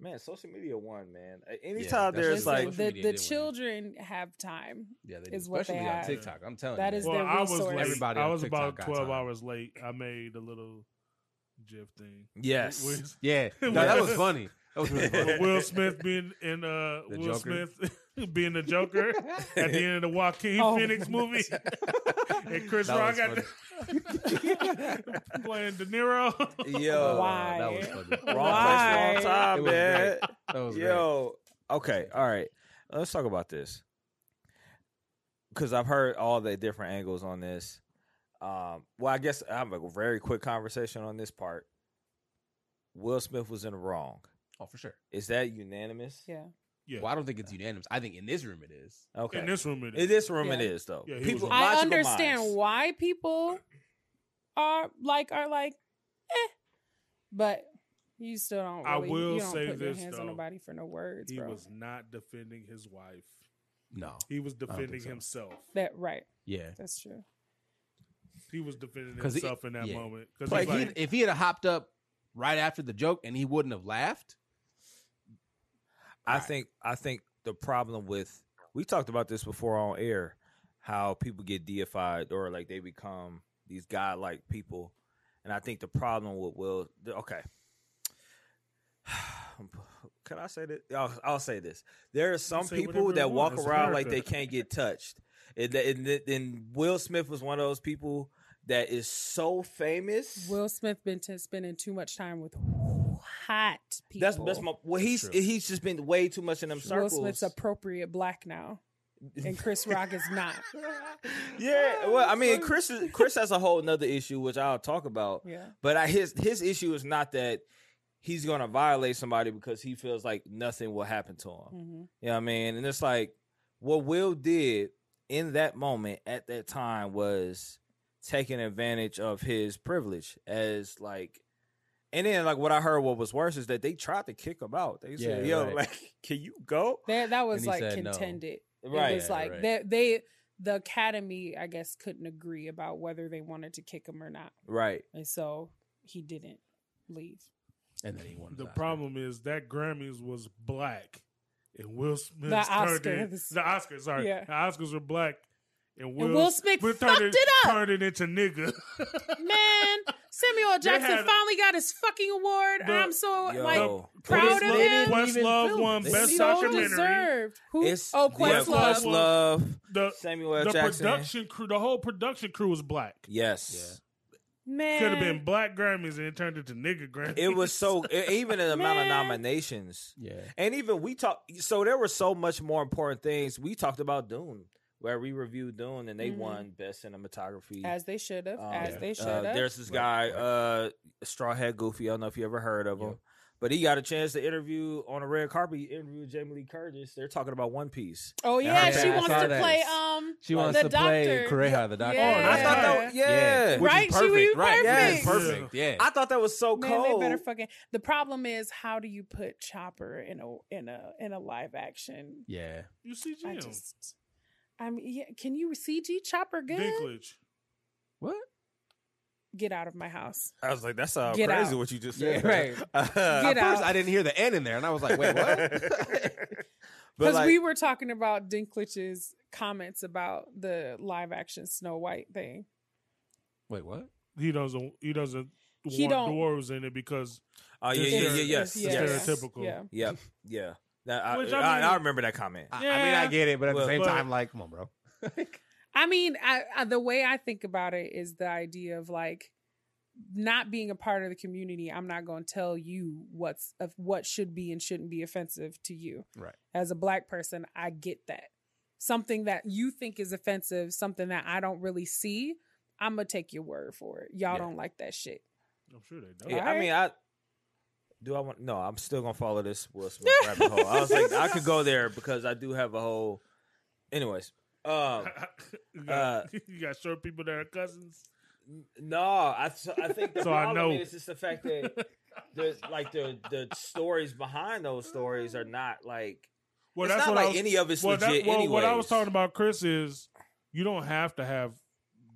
man, social media won, man. Uh,
that's
Anytime there's
true.
like
Listen, the,
media
the
did win.
children have time.
Yeah, they
is
do.
what
especially
they
on
had.
TikTok. I'm telling
That
you.
is
well,
their
I was
resource.
late.
Everybody
I
on
was
TikTok
about
got
12
time.
hours late. I made a little GIF thing.
yes,
With,
yeah, no,
*laughs* Well-
that was funny. That was really
with
*laughs* funny.
Will Smith being in uh,
The
Will
Joker.
Smith *laughs* being the Joker
*laughs*
at the end of the Joaquin
Oh. *laughs*
Phoenix movie, and Chris
That
Rock
was
got *laughs* playing De Niro.
yo,
Why?
*laughs* that was funny.
wrong
Why?
place, wrong time,
It was
man.
That was great.
Yo, okay, all right. Let's talk about this because I've heard all the different angles on this. Um, well, I guess I have a very quick conversation on this part. Will Smith was in the wrong.
Oh, for sure.
Is that unanimous?
Yeah.
*laughs* Yeah.
Well, I don't think it's unanimous. I think in this room it is.
Okay.
In this room, it
In
is.
this room, it
Yeah.
is though.
Yeah, he
People,
was wrong.
I
logical
understand
minds.
why people are like are like, eh, but you still don't.
I
Really,
will
you don't
say
put
this,
your hands on
though.
nobody for no words,
He
bro.
was not defending his wife.
No.
He was
think
defending
so.
himself.
that right?
Yeah.
That's true.
He was defending
'Cause he-
himself in that
yeah.
moment. 'Cause
Like,
he's
he,
like,
if he had hopped up right after the joke and he wouldn't have laughed,
I
Right.
think I think the problem with we talked about this before on air, how people get deified or like they become these godlike people, and I think the problem with Will. the- Okay, *sighs* can I say that? I'll, I'll say this: there are some
say
people
whatever you
that walk
want. It's
around like they
America.
can't get touched, and, th- and, th- and Will Smith was one of those people that is so famous.
Will Smith been t- spending too much time with hot people.
That's that's my. Well, he's
True.
he's just been way too much in them
Will
circles.
Smith's appropriate black now,
*laughs*
and Chris Rock is not.
yeah, well, I mean, Chris is, Chris has a whole nother issue which I'll talk about.
Yeah,
But I, his his issue is not that he's gonna violate somebody because he feels like nothing will happen to him.
hmm
You know what I mean? And it's like what Will did in that moment at that time was taking advantage of his privilege as like and then like what I heard what was worse is that they tried to kick him out. They said,
Yeah,
yo, *laughs*
right.
like, can you go?
that that was
And he
like
said no.
contended. It
Right.
was
Yeah,
like
right.
they, they the academy, I guess, couldn't agree about whether they wanted to kick him or not,
Right.
and so he didn't leave.
and then he won. his
The
Oscar.
problem is that Grammys was black, and Will Smith
The
turned it.
Oscars.
The Oscars, sorry,
Yeah.
the Oscars were black, and Will,
and Will Smith fucked
turned
it up.
turned it into nigga. *laughs*
Man, Samuel L. Jackson
had-
finally got his fucking award.
The-
I'm so
Yo.
like
Yo.
proud of
Quest-
him.
Quest Love won
They
best
so
documentary.
deserved. Who?
It's
oh,
yeah,
Questlove.
Questlove.
Questlove,
The
Samuel L.
the
Jackson.
production crew, the whole production crew was black.
Yes.
Man,
Could have been black Grammys, and it turned into nigga Grammys.
It was so e- even the amount of
Man.
nominations.
Yeah.
And even we talked so there were so much more important things. We talked about Dune, where we reviewed Dune and they
Mhm.
won best cinematography.
as they should have.
Um,
as
yeah.
they should
uh,
have.
there's this guy,
Right,
uh, Straw Hat Goofy. I don't know if you ever heard of him,
Yeah.
but he got a chance to interview on a red carpet. He interviewed Jamie Lee Curtis. They're talking about One Piece.
oh yeah,
Yeah,
she
I
wants
saw
to
that.
play. Um,
She
The
wants to play
doctor.
Kureha, the doctor.
Yeah. Oh,
And I thought that, was-
Yeah.
yeah.
Which is
Right? She would be
Right.
perfect.
Yeah, perfect. Yeah.
I thought that was so
man,
cold.
they better fucking. The problem is, how do you put Chopper in a in a in a live action?
yeah.
*laughs* you see
I
Jim
just, I mean, yeah, can you CG Chopper good?
Dinklage.
What?
Get out of my house.
I was like, that's uh,
Get
crazy
out.
what you just
Yeah,
said. *laughs*
right.
Get
*laughs* At
out.
first, I didn't hear the N in there, and I was like, wait, what?
*laughs*
*laughs*
but
Because
like,
we were talking about Dinklage's comments about the live action Snow White thing.
wait, what?
He doesn't. He doesn't.
He
want
don't-
dwarves in it because
oh yeah, yeah, yeah,
It's-
yes, yes,
it's- yeah. Stereotypical.
Yeah.
yeah, yeah. That, I,
Which, I
I,
mean-
I remember that comment.
I, I mean, I
Yeah.
get it, but at
Well,
the same
but-
time, like, come on, bro.
I mean, I, I, the way I think about it is the idea of like not being a part of the community. I'm not going to tell you what's of what should be and shouldn't be offensive to you.
Right.
As a black person, I get that. Something that you think is offensive, something that I don't really see, I'm gonna take your word for it. Y'all
Yeah.
don't like that shit.
I'm sure they don't.
Yeah, I
*laughs*
Alright.
mean, I do. I want no. I'm still gonna follow this Will Smith rabbit hole. I was like, I could go there because I do have a whole. Anyways, um,
you, got,
uh,
*laughs* you got short people that are cousins.
n- no, I th- I think the
So I
problem
know.
is just the fact
*laughs*
that there's like the the stories behind those stories are not like.
Well,
it's
that's
not
what
like
I was,
any of it's
well, that-
legit.
well, what I
anyways.
was talking about, Chris, is you don't have to have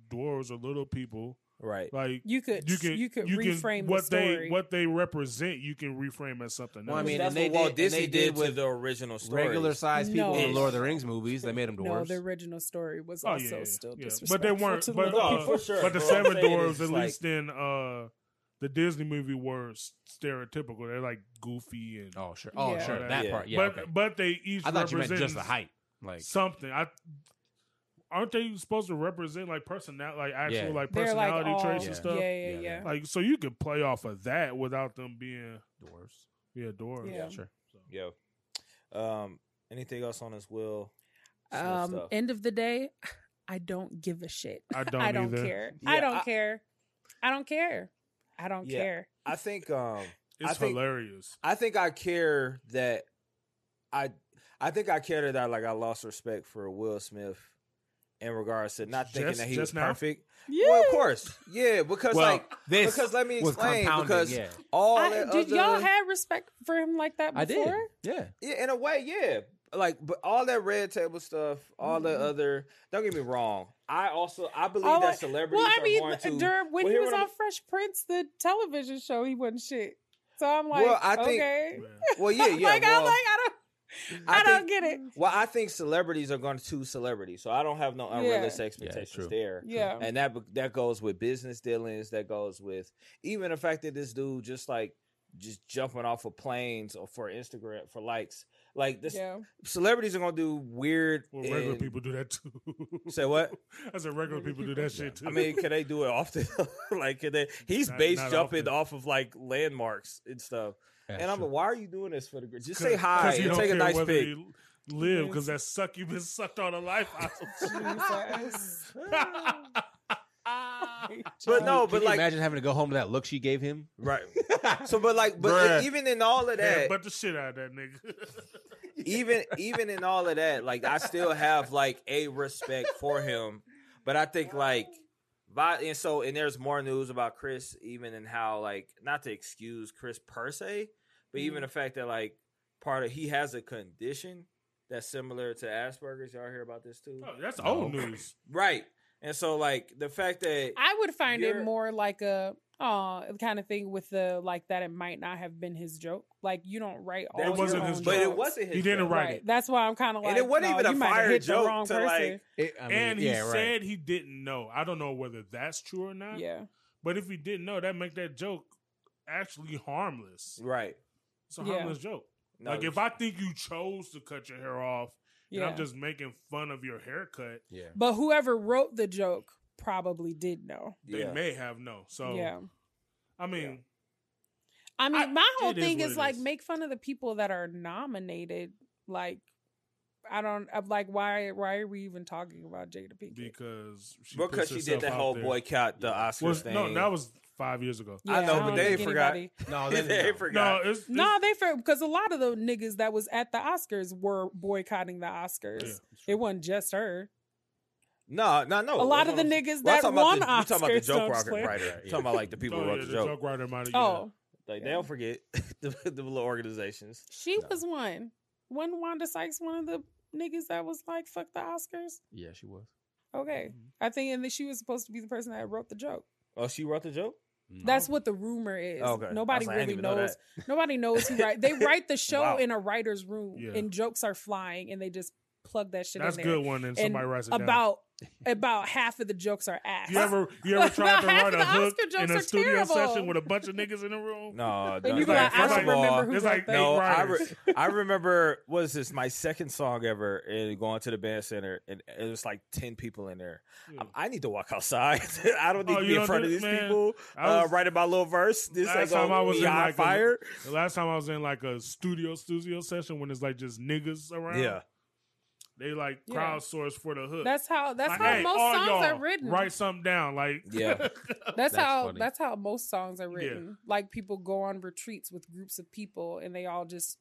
dwarves or little people.
Right.
Like
You could you,
can,
could
you can-
reframe
what
the story.
they what they represent. You can reframe as something.
Well, I
else.
mean,
that's
and they
what Walt
did- and
Disney
they
did,
did
with
with
the original stories.
Regular sized people in
No.
the Lord of the Rings movies, they made them
no,
dwarves.
the original story was
Oh,
also
yeah,
still
yeah.
disrespectful.
But they weren't-
to
but,
little
uh,
no,
people.
for sure.
but the
What I'm
seven
saying is,
dwarves, at
like,
least in uh, the Disney movie, were s- stereotypical. They're like goofy and.
Oh, sure. Oh,
Yeah.
sure. That
Yeah.
part. Yeah.
but
okay.
but they each.
I thought you meant just
represent
the height. Like,
Something. I aren't they supposed to represent like personal, like actual,
Yeah.
like
They're like
personality
all-
traits
Yeah.
and
Yeah,
stuff.
yeah,
Yeah,
yeah.
Like so, you could play off of that without them being
dwarves.
yeah dwarves.
Yeah.
Sure.
Yeah. Um. Anything else on this Will? Smith
um
stuff?
end of the day i don't give a shit
I
*laughs*
don't.
i don't
either.
care
Yeah,
i don't
I-
care i don't care i don't
Yeah.
care
I think. Um.
It's
I think-
*laughs*
hilarious.
I think I care that I I think I care that I like I lost respect for Will Smith in regards to not thinking
Just-
that he was
just now?
perfect. Well, of course, yeah, because
Well,
like
this
because let me
was
explain
compounded.
because
yeah.
all
I-
that
did
other,
y'all have respect for him like that
I did.
before
Yeah.
yeah, in a way, yeah. Like, but all that red table stuff, all the
Mhm.
other. Don't get me wrong. I also I believe
All I-
that celebrities
well i
are
mean
going to.
during, when
well,
he
here
was
what
on
I'm-
fresh prince the television show he wasn't shit so i'm like
Well, I think-
okay
Yeah.
well,
*laughs*
yeah, yeah.
like i'm
well,
like i don't i,
I
don't
think-
get it
well, I think celebrities are going to celebrities, so I don't have no
Yeah.
unrealistic
Yeah,
expectations
true.
there.
yeah
and that that goes with business dealings. That goes with even the fact that this dude just like just jumping off of planes or for Instagram for likes. Like this,
yeah
celebrities are gonna do weird.
Well, regular
and-
people do that too.
Say what?
*laughs* I said regular people do that shit too.
I
*laughs*
mean, can they do it often? *laughs* like, can they? He's
Not-
base
not
jumping
often.
off of like landmarks and stuff. and I'm like, why are you doing this for the group? Just say
'Cause-
hi
'cause you
and
don't
take a
care
nice
whether
pic. *laughs* Mm-hmm.
you Live because that suck you've been sucked all the life out
*laughs*
*laughs*
Jesus.
of.
but no,
Can
but
you
like
imagine having to go home to that look she gave him.
right. So, but like, but
Bruh.
like, even in all of
Yeah,
that,
but the shit out of that nigga.
even even in all of that, like I still have like a respect for him. But I think like vi- and so and there's more news about Chris even and how like not to excuse Chris per se, but even the fact that like part of he has a condition that's similar to Asperger's. Y'all hear about this too?
Oh, that's old
No.
news.
Right. And so like the fact that
*laughs* I would find
You're-
it more like a oh kind of thing with the like that it might not have been his joke. Like you don't write all
that
your
wasn't
own
his
but it
jokes.
wasn't his
He didn't
joke.
write
Right.
it.
That's why I'm kind of like
And it wasn't
no,
even a
you might have
fire
hit the
joke
wrong
to,
person.
like-
It- I mean,
and he
yeah, right.
said he didn't know. I don't know whether that's true or not.
yeah.
But if he didn't know, that make that joke actually harmless.
Right.
It's a
Yeah.
harmless joke.
No,
like if I think you chose to cut your hair off,
Yeah.
and I'm just making fun of your haircut, *laughs*
Yeah.
but whoever wrote the joke probably did know.
they
yeah.
may have no. So
yeah.
I mean,
Yeah.
I mean,
I-
my whole
it is
thing
what
is,
it
like
is.
make fun of the people that are nominated. Like, I don't. I'm like, why? Why are we even talking about Jada Pinkett?
because she
because
puts
she
herself
did that
out
whole
there.
boycott the
Yeah.
Oscars
Was-
thing.
No, that was five years ago.
I know,
I
but
don't
they
think
forgot.
anybody-
No,
*laughs*
they,
they, no.
forgot.
No, it's, it's
No, they for because a lot of the niggas that was at the Oscars were boycotting the Oscars.
Yeah,
it wasn't just her.
No, no, no.
a lot
Oh, That's
of the
what I'm-
niggas
Well, I'm
that won
talking about
Oscars.
the, we talking about the
no, I'm
joke
just
rocker,
playing.
right? I'm talking about like the people
oh,
who wrote
yeah,
the joke.
writer might have.
Oh,
Like they'll forget *laughs* the, the little organizations.
she
No.
was one. Wasn't Wanda Sykes one of the niggas that was like, "Fuck the Oscars"?
Yeah, she was.
Mm-hmm.
Okay, I think, and then she was supposed to be the person that wrote the joke.
Oh, she wrote the joke.
Mm-hmm.
That's what the rumor is.
Okay. I
Nobody
was like, I didn't
really
even know
knows.
that.
Nobody knows who write.
*laughs*
They write the show
Wow.
in a writer's room,
Yeah.
and jokes are flying, and they just plug that shit
that's
in there.
good one. And somebody writes it down.
About about half of the jokes are ass.
You ever
*laughs*
you ever tried to
Half
write
of
a
the
hook
Oscar jokes
in a
are
studio
terrible.
session with a bunch of niggas in
*laughs*
the room? *laughs*
No,
and
no,
you
it's
be
like,
like, I
first
don't
of all,
remember who
it's
wrote
like
that.
eight
No, I, re-
writers.
I remember what is this? My second song ever, and going to the band center, and it was like ten people in there.
Yeah.
I'm- I need to walk outside. *laughs* I don't need
Hmm.
to
Oh, you
be in
don't
front
do
of
this,
these
man.
people.
I was-
uh, writing my little verse. This
Last
ain't
time I
gonna
was
be
in,
on
like, a-
fire.
The last time I was in like a studio studio session when it's like just niggas around.
Yeah.
They like
Yeah.
crowdsource for the hook.
That's how. That's
Like,
how
hey,
most
all
songs
y'all,
are written.
Write something down, like *laughs*
Yeah.
That's,
That's
how.
funny.
That's how most songs are
Yeah.
written. Like people go on retreats with groups of people, and they all just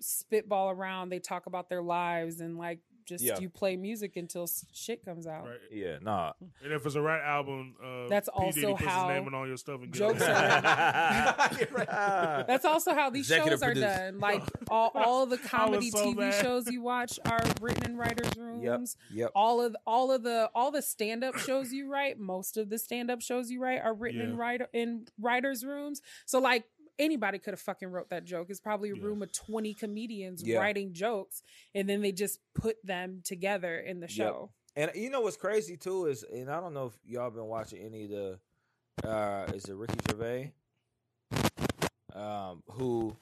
spitball around. They talk about their lives, and like just
Yeah.
you play music until s- shit comes out.
Right.
Yeah, nah.
And if it's a rap album, uh,
That's
P. Diddy
also
puts his
how
name and all your stuff and get
jokes
on. *laughs*
*laughs*
are-
That's
That's also how these
Executive
shows are
producer.
done.
*laughs*
Like all, all the
I was
comedy
so
TV
mad.
shows you watch are written in writers' rooms.
*laughs* Yep.
All of all of the all the stand up shows you write, most of the stand up shows you write are written in
Yeah.
writer in writers' rooms. So like anybody could have fucking wrote that joke. It's probably a
Yeah.
room of twenty comedians
Yeah.
writing jokes, and then they just put them together in the
Yep.
show.
And you know what's crazy too is, and I don't know if y'all been watching any of the, uh, is it Ricky Gervais? Um, who?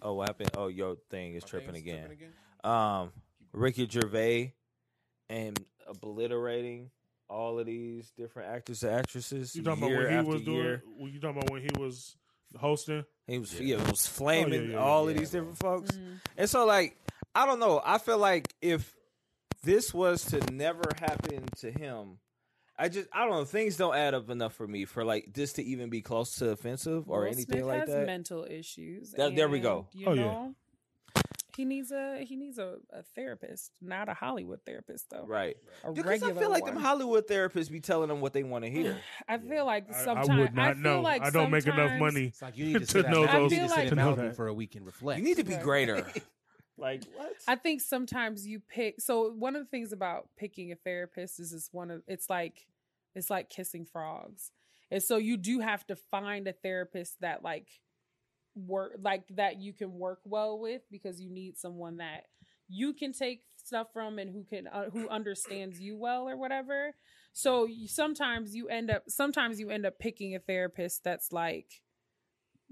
Oh, what happened? Oh, your thing is tripping again. Um, Ricky Gervais, and obliterating all of these different actors and actresses.
You talking about
year
when he
after
was doing?
year.
You talking about when he was hosting?
He was, yeah,
Yeah.
it was flaming
Oh, yeah,
all of
yeah,
these
bro.
different folks.
Mhm.
And so, like, I don't know. I feel like if this was to never happen to him, I just, I don't know. Things don't add up enough for me for like this to even be close to offensive or
Will
anything
Smith
like
has
that.
Mental issues.
That- there we go.
and, You
Oh, yeah.
know, He needs a he needs a, a therapist, not a Hollywood therapist though.
Right.
A
Because I
regular
feel like
one.
them Hollywood therapists be telling them what they want to hear.
I feel like
I- I
sometimes
would not
feel
know.
Like
I don't make enough
sometimes-
money.
It's like
*laughs*
you need
To
to sit, at Malibu-
know
you
those-
need to sit
To
in
know
Malibu
that.
for a week and reflect.
You need to be
Right.
greater. like, what?
I think sometimes you pick. So one of the things about picking a therapist is it's one of it's like it's like kissing frogs, and so you do have to find a therapist that like work like that you can work well with because you need someone that you can take stuff from and who can uh, who understands you well or whatever. So you, sometimes you end up sometimes you end up picking a therapist that's like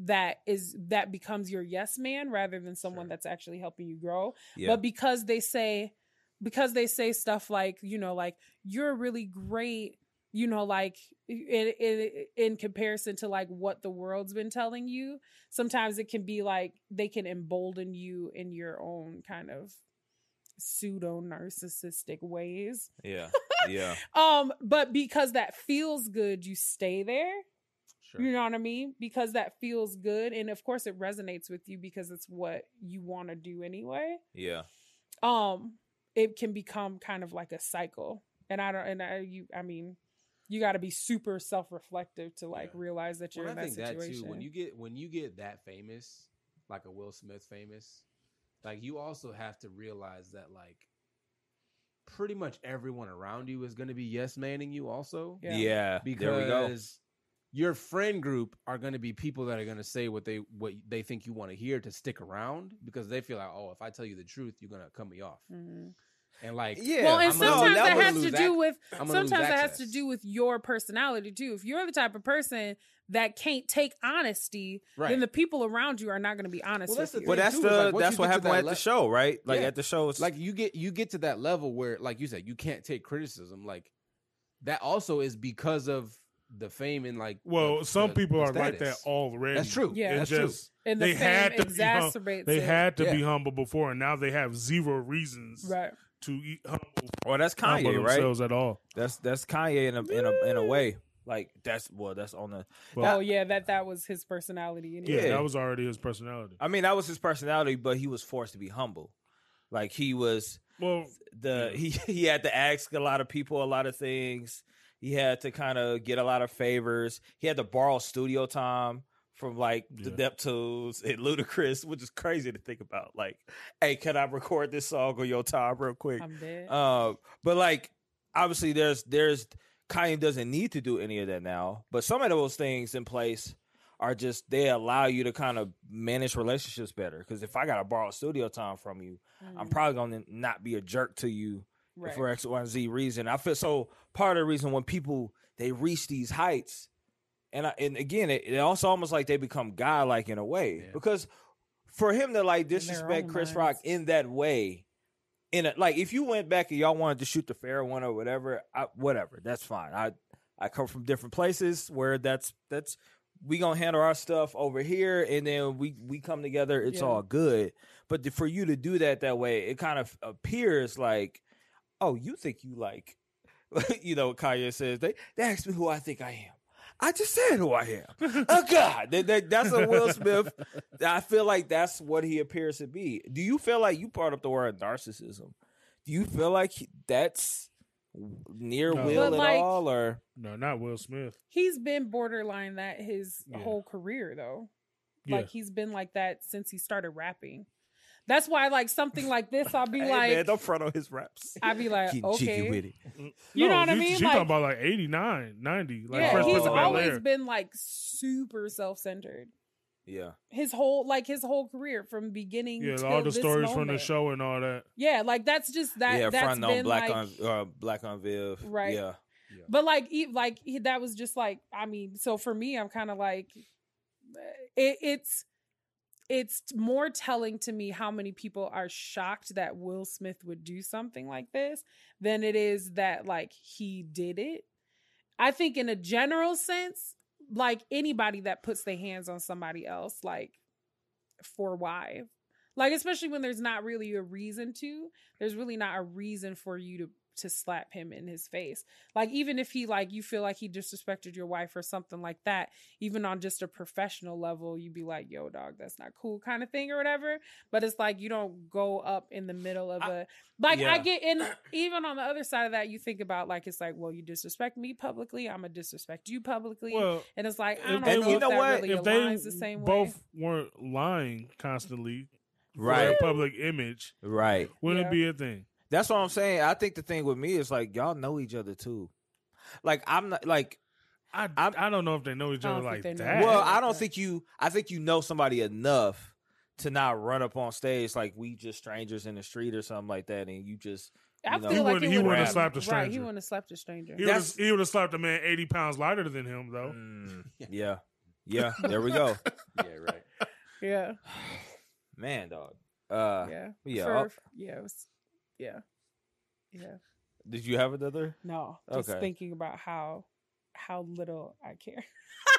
that is that becomes your yes man rather than someone
Sure.
that's actually helping you grow.
Yeah.
But because they say because they say stuff like, you know, like you're really great you know like in, in in comparison to like what the world's been telling you sometimes it can be like they can embolden you in your own kind of pseudo narcissistic ways
Yeah.
*laughs*
Yeah.
um but because that feels good you stay there
Sure.
you know what i mean because that feels good and of course it resonates with you because it's what you want to do anyway
Yeah.
um it can become kind of like a cycle and i don't and i you i mean you got to be super self-reflective to like
Yeah.
realize that you're
Well,
in
I
that
think that
situation
too. When you get when you get that famous, like a Will Smith famous, like you also have to realize that like pretty much everyone around you is going to be yes manning you also.
Yeah.
Yeah.
Because
there we go.
your friend group are going to be people that are going to say what they what they think you want to hear to stick around because they feel like oh if I tell you the truth you're going to cut me off
Mhm.
and like
Yeah.
well and
I'm gonna-
sometimes
I'm
that
gonna
has to
lose
do
ac-
with
I'm gonna lose
sometimes that has to
access.
do with your personality too if you're the type of person that can't take honesty
right.
then the people around you are not going to be honest
Well, that's
with
the
you
Well,
thing,
that's
too, is,
the
like, once
that's
you
what
get to
happened
that
at
le-
the show, right? Like
Yeah.
at the show, it's
like you get you get to that level where like you said you can't take criticism like that also is because of the fame and like
Well,
the-
some
the-
people
the
are like that
status.
already.
that's true
Yeah.
It
that's
just
and the
they
fame
had to be hum-
exacerbates
they
it.
had to be
Yeah.
humble before, and now they have zero reasons
right
to eat humble,
oh, that's
humble
Kanye, right?
themselves at all.
That's that's Kanye in a in a in a way. Like that's well, that's on the.
Well-
oh yeah that that was his personality
Yeah,
anyway.
Yeah.
that was already his personality.
I mean, that was his personality, but he was forced to be humble. Like he was
*laughs*
Well,
the
Yeah.
he *laughs* he had to ask a lot of people a lot of things. He had to kind of get a lot of favors. He had to borrow studio time from like the
Yeah.
Neptunes and *laughs* Ludacris, which is crazy to think about. Like, hey, can I record this song on your time real quick?
i'm dead
Uh,
Um, but like obviously there's there's Kanye doesn't need to do any of that now, but some of those things in place are just they allow you to kind of manage relationships better. Because if I gotta borrow studio time from you, I'm
Mm,
probably gonna not be a jerk to you
right.
for X, Y, and Z reason. I feel so part of the reason when people they reach these heights, and I, and again, it, it also almost like they become godlike in a way
Yeah.
because for him to like
their
disrespect
own
Chris
minds.
Rock in that way, in a, like if you went back and y'all wanted to shoot the fair one or whatever, I, whatever, that's fine. I I come from different places where that's that's we gonna handle our stuff over here, and then we we come together. It's
Yeah.
all good. But th- for you to do that that way, it kind of appears like, oh, you think you like, *laughs* you know, what Kanye says they they asked me who I think I am. I just said who I am. *laughs* oh God, that, that, that's a Will Smith. I feel like that's what he appears to be. Do you feel like you brought up the word narcissism? Do you feel like he- that's near
No.
Will
But,
at
like,
all, or
no, not Will Smith.
he's been borderline that his
Yeah.
whole career though
Yeah,
like he's been like that since he started rapping that's why like something like this i'll
*laughs*
be
Hey,
like
man,
*laughs*
don't front on his raps.
i'd be like
Getting
okay
jiggy with it.
You know what I
you-
mean?
She
Like-
talking about like 89, 90. Like
yeah
Fresh
he's
Prince of Bel
always
Air.
been like super self-centered
Yeah,
his whole like his whole career from beginning
Yeah,
till
all the
this
stories from the
moment.
show and all that.
yeah like that's just that
yeah.
that's
Front on
been
Black
like
on uh, Black on Viv.
Right.
Yeah,
but like e- like he, that was just like i mean so for me i'm kind of like eh, it, it's it's more telling to me how many people are shocked that will smith would do something like this than it is that like he did it i think in a general sense like anybody that puts their hands on somebody else like for why like especially when there's not really a reason to there's really not a reason for you to to slap him in his face like even if he like you feel like he disrespected your wife or something like that even on just a professional level you'd be like yo dog that's not cool kind of thing or whatever but it's like you don't go up in the middle of a like i
yeah.
get in even on the other side of that you think about like it's like well you disrespect me publicly i'm gonna disrespect you publicly
Well,
and it's like i don't
if they
know
were-
if
you
that
know what?
really
if they
aligns the same way
both weren't *laughs* lying constantly for their
Right.
public image,
right.
wouldn't
Yeah.
it be a thing?
That's what I'm saying. I think the thing with me is like y'all know each other too. Like I'm not like
I
I'm-
I don't know if they know each
I
other
don't
like
think
that.
they know. Yeah,
well,
like
I don't
that.
think you I think you know somebody enough to not run up on stage like we just strangers in the street or something like that and you just
i
you know,
feel
He
like
wouldn't- he
would
wouldn't have
slapped a
right, he
stranger.
wouldn't have slapped a stranger
he would have
That's-
he would've slapped a man eighty pounds lighter than him
Oh.
though.
*laughs*
mm, yeah. Yeah, there we go.
yeah, right.
yeah
*sighs* Man, dog. Uh
yeah
yeah.
For- yeah, it was- yeah, yeah.
Did you have
*laughs*
another?
No, just
Okay.
thinking about how how little I care.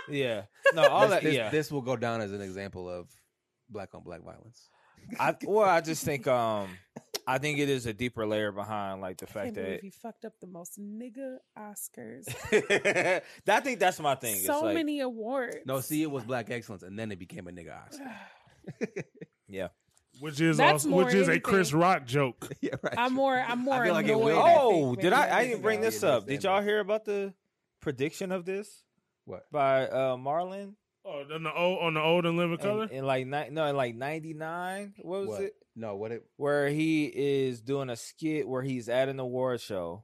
Yeah. No, all
this,
that.
this,
yeah.
this will go down as an example of black on black violence.
I, well, I just think um, I think it is a deeper layer behind like the
I
fact
can't believe
that
he fucked up the most nigga Oscars.
*laughs* that. I think that's my thing. It's
so
like-
many awards. *sighs*
No, see, it was black excellence, and then it became a nigga Oscar.
which is
That's
also,
more
which is a Chris
anything.
Rock joke.
*laughs* yeah, right.
I'm more. I'm more
feel like it
annoyed.
will.
I
Oh,
think,
did
than
I? I didn't
anything
bring
else.
this
Yeah,
up.
understand
Did y'all
that.
hear about the prediction of this
What?
by uh, Marlon
Oh, on the old on the old and living color.
in, in like ni- no in like '99? What was
What?
it?
No, what it?
Where he is doing a skit where he's at an award show.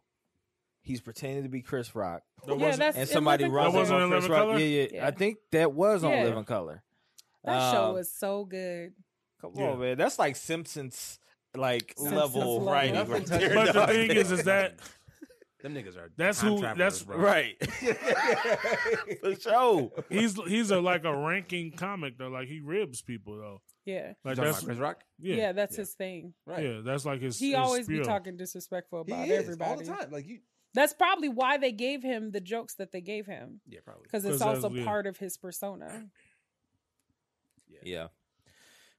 He's pretending to be Chris Rock,
That
Yeah,
wasn't-
that's
and
in
somebody
Living
runs
That
up
Color.
wasn't
on
in
Chris
Living
Rock.
Color?
Yeah, yeah,
Yeah.
I think that was on
Yeah.
Living Color.
That show
Um,
was so good.
Come
Yeah.
on, man. That's like Simpsons like
Simpsons
level
level.
writing
Nothing
right
touches
there.
but the
dog.
thing is, is
*laughs*
that
Them niggas are.
That's
time
who-
travelers,
that's-
bro. *laughs*
right. *laughs*
*laughs*
For sure.
he's he's a like a ranking comic though. Like he ribs people though.
Yeah.
Like
talking
that's
about Chris Rock,
Yeah,
yeah, yeah,
that's
yeah.
his thing.
That's like his.
He
his
always be
spiel.
talking disrespectful
He
about
is,
everybody.
all the time. Like you,
That's probably why they gave him the jokes that they gave him
yeah, probably.
because it's
'Cause that's-
also
yeah.
part of his persona.
Yeah.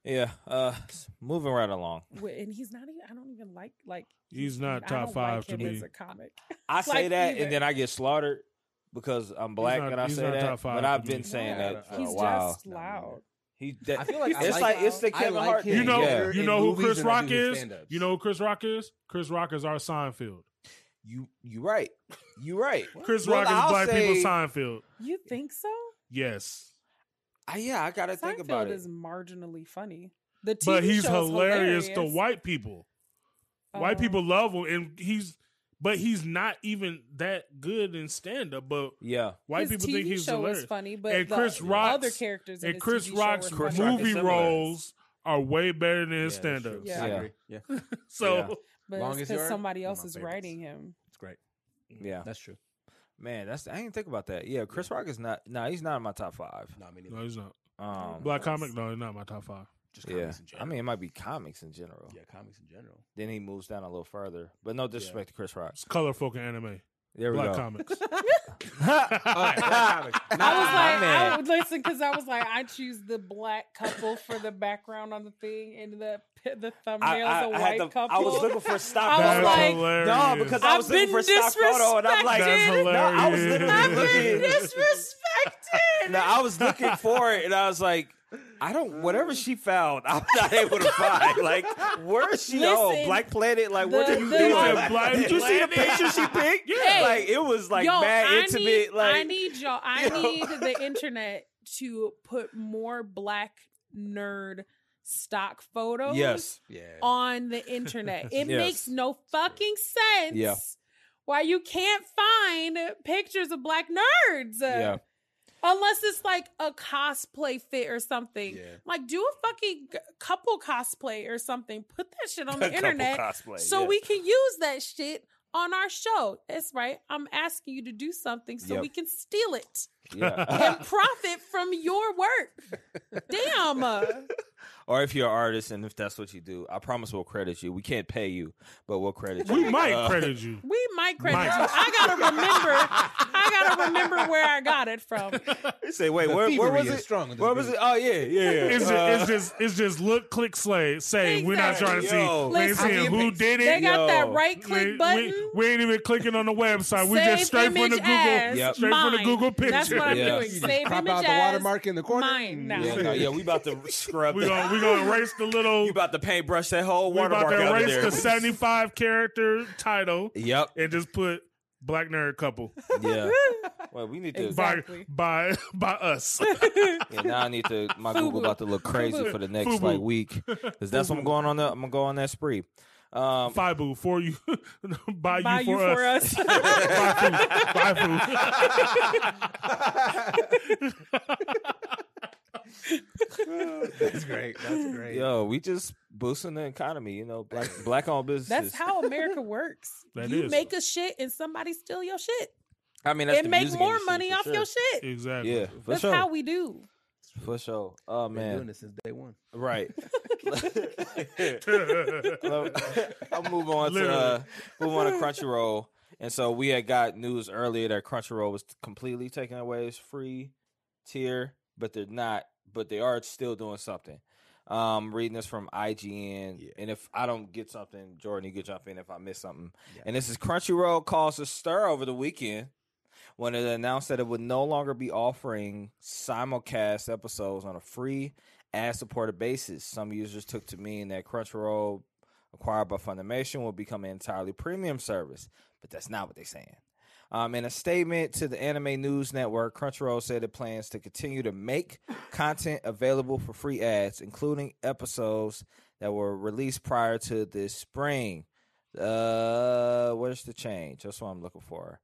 Yeah. Uh s- moving right along.
Wh- And he's not even. I don't even like like.
He's
I
not
don't
top
like
five to
him
me.
As a comic,
I say
Like
that
either.
and then I get slaughtered because I'm black
not-
and I
he's
say
not
that.
top five
But I've
to me.
been saying
Yeah.
that for
he's
a while.
just loud.
He that,
I feel like I
it's
like-
like, it's the
I
Kevin
like
Hart
him
thing.
You know,
yeah.
you
In
know who
movies
Chris
than I
Rock
do his
is.
stand-ups.
You know who Chris Rock is. Chris Rock is our Seinfeld.
you you right. You right.
Chris
Well,
Rock is
I'll
black
say-
people's Seinfeld.
You think so?
Yes,
I, yeah, I gotta think about
Seinfeld
it.
is marginally funny. The TV
but he's
show's
hilarious,
hilarious,
to white people. White
Um,
people love him, and he's but he's not even that good in stand up. But
yeah.
white
his
people
TV
think he's
show
hilarious.
is funny, but
And
the
Chris
other
Rock's-
characters in
and
his
Chris
TV show
Rock's
were
Chris
funny.
Rock is
movie
similar.
roles are way better than his
Yeah,
stand
that's
up.
true.
Yeah.
I
Yeah.
agree. Yeah,
*laughs* So
Yeah.
but
Longest
because
Yard,
somebody
one of
else
my
is
favorites.
*laughs*
writing him.
it's great.
Yeah.
That's true.
Man, that's I didn't think about that. Yeah, Chris Rock is not no, he's not in my top five.
No, I mean,
no, he's not
Um
black comic. No, he's not my top five.
just
yeah.
comics in
I
general.
mean it might be comics in general.
yeah, comics in general.
Then he moves down a little further. But no disrespect to Chris Rock.
It's color fucking anime.
There we
black
go. *laughs*
*laughs*
comics.
black comics.
I was
Nah,
like,
man.
I would *laughs* listen because I was like, I choose the black couple for the background on the thing, and the the thumbnails
I,
a
I, I,
white
had to,
couple.
I was
*laughs*
looking for stock
I was
photo.
like-
no, because I
I've
was looking for
been
stock photo, and I'm like,
That's
no, I was literally
hilarious. I've
looking.
been
*laughs*
disrespected.
No, I was looking for it, and I was like, I don't. Whatever she found, I'm not able to find. Like, where is she? oh,
Listen,
Black Planet. Like, what
the-
are you
the-
doing?
Yeah, Black
Did you see the
Planet.
picture she picked?
Yeah.
Like, it was like mad
I
intimate.
Need,
like,
I need y'all. I
Yo.
need
*laughs*
the internet to put more black nerd stock photos.
yes,
Yeah.
on the
*laughs*
internet. It
Yes.
makes no fucking sense.
Yeah.
Why you can't find pictures of black nerds?
yeah,
Unless it's like a cosplay fit or something.
Yeah.
Like do a fucking g- couple cosplay or something. Put that
*laughs*
shit on the internet
cosplay.
so we can use that shit on our show. That's right. I'm asking you to do something so
Yep.
we can
*laughs*
steal it
yeah.
and profit from your work. Damn.
*laughs* or if you're an artist and if that's what you do, I promise we'll credit you. We can't pay you, but we'll credit you.
we might
Uh,
credit
*laughs*
you.
We might credit
Might.
you. I gotta remember. I gotta remember where I got it
*laughs*
from.
They *laughs* say, wait,
The
where, where
thievery
was
is
it?
Strong with this
Where was it?
business.
Oh yeah, yeah. yeah. Uh,
It's, just, it's just it's just look, click, slay, say. We're not trying to see.
Yo.
we ain't
Listen.
seeing who did
They
it.
got that
Yo.
right
We-
click
we-
button.
We, ain't even clicking on the website. We
Save
just straight from the
image
Google,
as
Yep.
straight from the
mine.
Google picture.
That's what I'm
Yeah.
doing.
You
just
Save
crop
image
out the
as
watermark in the corner.
Mine now.
*laughs* yeah, no, yeah,
*laughs*
we about
*laughs*
to scrub.
We
that.
gonna we gonna erase the little.
you about to paintbrush that whole
we about
watermark
to
out of
erase
there. *laughs*
the seventy five character title
Yep.
and just put black nerd couple
*laughs*
Yeah. Well, we need to.
by
Exactly.
by *laughs* by
*laughs*
us. *laughs*
Yeah, now I need to. My
Fubu.
Google about to look crazy
Fubu.
for the next
Fubu.
like week because that's what I'm going on. The, I'm gonna go on that spree. Um,
Fibu for you, *laughs* by,
Buy
you for us. *laughs* Buy food. Buy food.
*laughs*
*laughs*
That's great. That's great.
yo, we just boosting the economy. You know,
*laughs*
black black owned businesses.
That's how America works.
That
you
is.
make a shit and somebody steal your shit
I mean, that's
and
the
make
music
more
industry
money
for
off
sure.
your shit. *laughs*
Exactly.
Yeah, for *laughs*
That's
sure.
how we do.
for sure. Oh
Been doing
man,
this since day *laughs* one.
*laughs* right. Well, I'll move on to uh,
Literally.
move on to Crunchyroll. And so we had got news earlier that Crunchyroll was completely taking away its free tier, but they're not. But they are still doing something. Um, reading this from IGN,
Yeah.
and if I don't get something, Jordan, you can jump in if I miss something.
Yeah.
And this is Crunchyroll caused a stir over the weekend when it announced that it would no longer be offering simulcast episodes on a free ad supported basis. Some users took to mean that Crunchyroll, acquired by Funimation, will become an entirely premium service, but that's not what they're saying. Um, in a statement to the Anime News Network, Crunchyroll said it plans to continue to make content available for free ads, including episodes that were released prior to this spring. Uh, where's the change? That's what I'm looking for.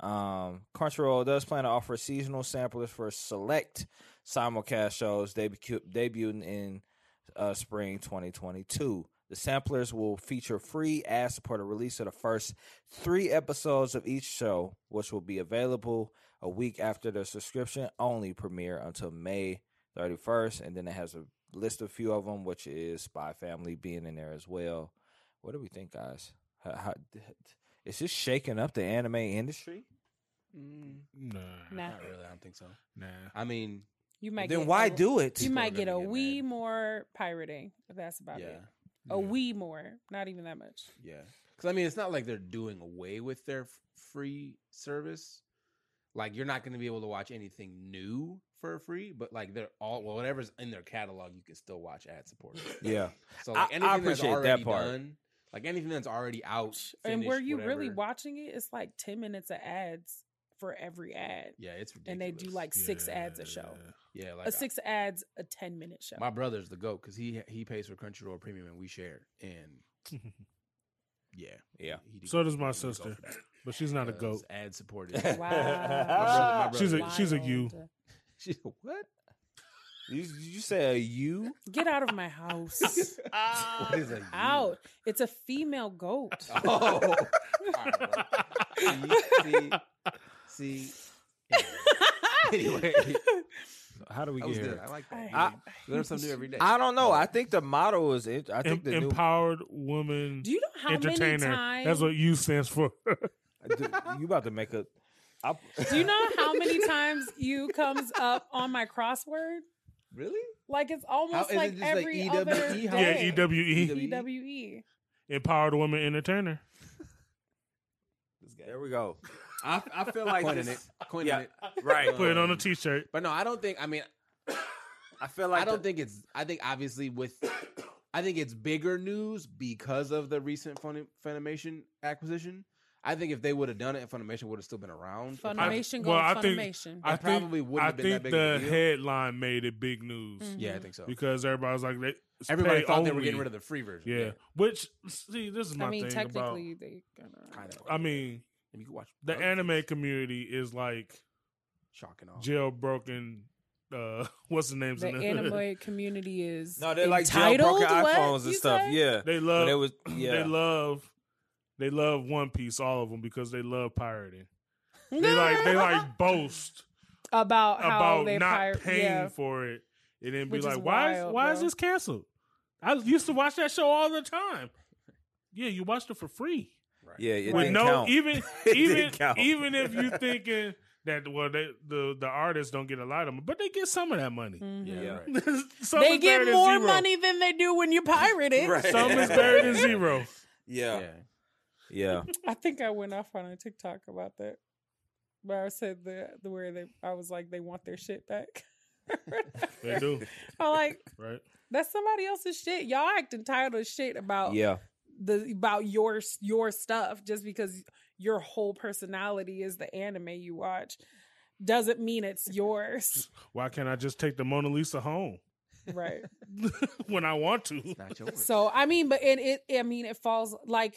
Um, Crunchyroll does plan to offer seasonal samplers for select simulcast shows debu- debuting in uh, spring 2022. The samplers will feature free ad supported release of the first three episodes of each show, which will be available a week after the subscription only premiere until May 31st. And then it has a list of few of them, which is Spy Family being in there as well. What do we think, guys? How, how, is this shaking up the anime industry?
*laughs*
Mm.
nah,
Nah.
Not really. I don't think so.
nah.
I mean,
You might
then
get
why
a-
do it?
you
people are
might get
gonna
a
get
wee
mad.
more pirating. If that's about
yeah,
it, a wee more, not even that much.
yeah. Because I mean, it's not like they're doing away with their f- free service. Like you're not going to be able to watch anything new for free, but like they're all well, whatever's in their catalog, you can still watch ad support.
yeah,
So
I-
like
I
anything
appreciate that
that's already
part.
done, like anything that's already out,
and where
finished,
you really
whatever,
watching it, it's like ten minutes of ads for every ad,
Yeah, it's ridiculous.
and they do like six ads a show.
yeah, like
A six ads a ten minute show.
My brother's the goat because he he pays for Crunchyroll Premium and we share. And
*laughs*
yeah,
yeah.
he- he-
So does my
he's the goat
sister.
for that.
But she's not a
Because
goat.
Ad *laughs*
Wow.
supported.
My
brother- my
*laughs*
brother. *laughs* She's a- she's a
Wild.
you.
She's like,
*laughs*
what?
You, you say a you?
Get out of my
*laughs*
house.
What is a
out. It's a female goat.
*laughs* Oh, all right, bro. see, see, see.
*laughs*
Anyway, *laughs*
How do we Oh.
that was good. I like that.
I-
I, learn something
*laughs*
new every day.
I don't know. I think the motto is. It, I think
Em-
the new.
empowered woman
Do you know how many
entertainer.
times?
That's what you stands for. *laughs*
you about to make a. *laughs* I,
*laughs* Do you know how many times you comes up on my crossword?
really?
Like it's almost
is it
like
just like
every
EWE?
other E
How-
yeah, E
day.
EWE,
EWE.
EWE.
empowered woman entertainer.
there we go.
I, I feel like
Coining
this,
it. Coining
Yeah.
it.
Right.
Put it on a
Um,
t-shirt.
But no, I don't think. I mean,
I feel like
I don't think it's. I think obviously with, *coughs* I think it's bigger news because of the recent Funim- Funimation acquisition. I think if they would have done it, Funimation would have still been around. If not-
Funimation goes
well, I think-
Funimation.
I
It probably
think,
wouldn't
I
have been
think
that big
the
of a deal.
headline made it big news
Mm.
Yeah, I think so.
because everybody was like, they, it's
*laughs* Everybody
pay
thought they were
only.
getting rid of the free version.
Yeah. which see, this is my
I mean,
thing about.
technically, they kinda-
kind of.
I mean,
And you can watch
Uh, the
other
anime
things.
community is like
shock and all.
jailbroken. Uh, *laughs* what's the names?
the
in
anime community is
No, they like
entitled,
jailbroken
what,
iPhones and
you
stuff.
said?
Yeah.
*laughs* They
But
love.
it was. Yeah.
Uh, They love. They love One Piece, all of them, because they love pirating. They like. They like boast
*laughs* about how
about
they
not
pirate.
paying
yeah.
for it, and then be
Which is
like, "Why?
wild,
is, why is
bro.
this canceled? I used to watch that show all the time." Yeah, you watched it for free.
Right.
Yeah. It
With
didn't
no, e-,
count.
even
*laughs* It
even
didn't count.
even if you thinking that well, they, the the artists don't get a lot of them, but they get some of that money. *laughs*
Mhm.
Yeah.
Yeah.
Right.
Some
They
is
get
better than
more
zero.
money than they do when you pirate it.
Right.
Some is better than zero.
Yeah.
Yeah.
Yeah.
I think I went off on a TikTok about that. Where I said the the where they I was like they want their shit back. *laughs*
They do
I'm like
right.
that's somebody else's shit. Y'all act entitled as shit about
Yeah.
the about your your stuff just because your whole personality is the anime you watch doesn't mean
*laughs*
it's yours.
Why can't I just take the Mona Lisa home *laughs*
right.
when I want to? *laughs*
Not yours.
So I mean, but it, it I mean, it falls like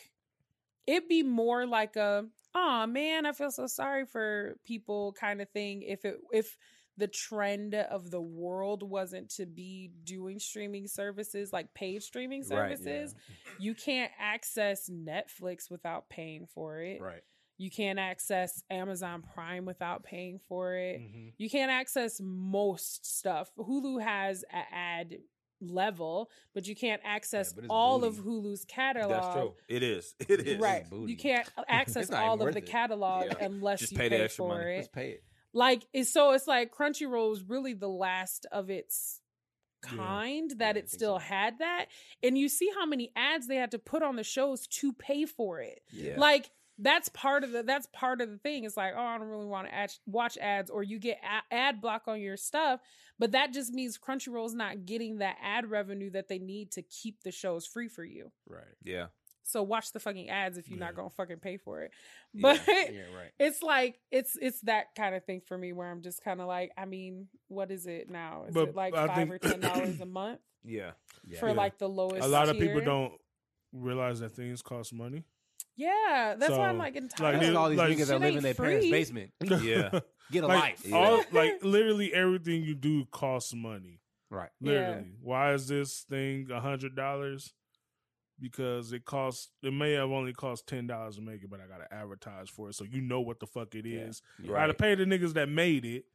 it'd be more like a oh man, I feel so sorry for people kind of thing if it if the trend of the world wasn't to be doing streaming services like paid streaming
Right, yeah.
services. You can't access Netflix without paying for it.
right.
You can't access Amazon Prime without paying for it.
Mm.
Mhm.
You can't access most stuff. Hulu has an ad level, but you can't access
but it's
all
booty.
of Hulu's catalog.
It is. *laughs* It
is.
Right.
booty.
You
*laughs*
can't access
It's not
all
even
of
worth
the
it.
catalog
Yeah.
unless
Just
you
pay
pay,
the extra
for
money.
it.
Just pay it.
Like it's so it's like Crunchyroll is really the last of its
Yeah.
kind
Yeah, I
that
think
it still
so.
had that. And you see how many ads they had to put on the shows to pay for it.
Yeah.
Like that's part of the that's part of the thing. It's like, oh, I don't really want to ad- watch ads, or you get a- ad block on your stuff, but that just means Crunchyroll's not getting that ad revenue that they need to keep the shows free for you.
Right.
Yeah.
So watch the fucking ads if you're
Yeah.
not gonna fucking pay for it. *laughs*
Yeah.
But
Yeah. Right.
it's like it's it's that kind of thing for me where I'm just kind of like, I mean, what is it now? Is
But
it like
I
five
think-
or ten dollars
*clears throat*
a month
Yeah.
Yeah.
for
Yeah.
like the lowest?
A lot of people
tier?
don't realize that things cost money.
Yeah, that's why I'm
So,
like
Like,
entitled.
That's
dude,
all these
like,
niggas
shit
that live
ain't
in their parents'
free.
basement.
Yeah.
Get a
*laughs* like
life.
all like literally everything you do costs money.
Right.
Literally.
Yeah.
Why is this thing a hundred dollars? Because it costs it may have only cost ten dollars to make it, but I gotta advertise for it so you know what the fuck it
Yeah.
is. I gotta
Right.
pay the niggas that made it.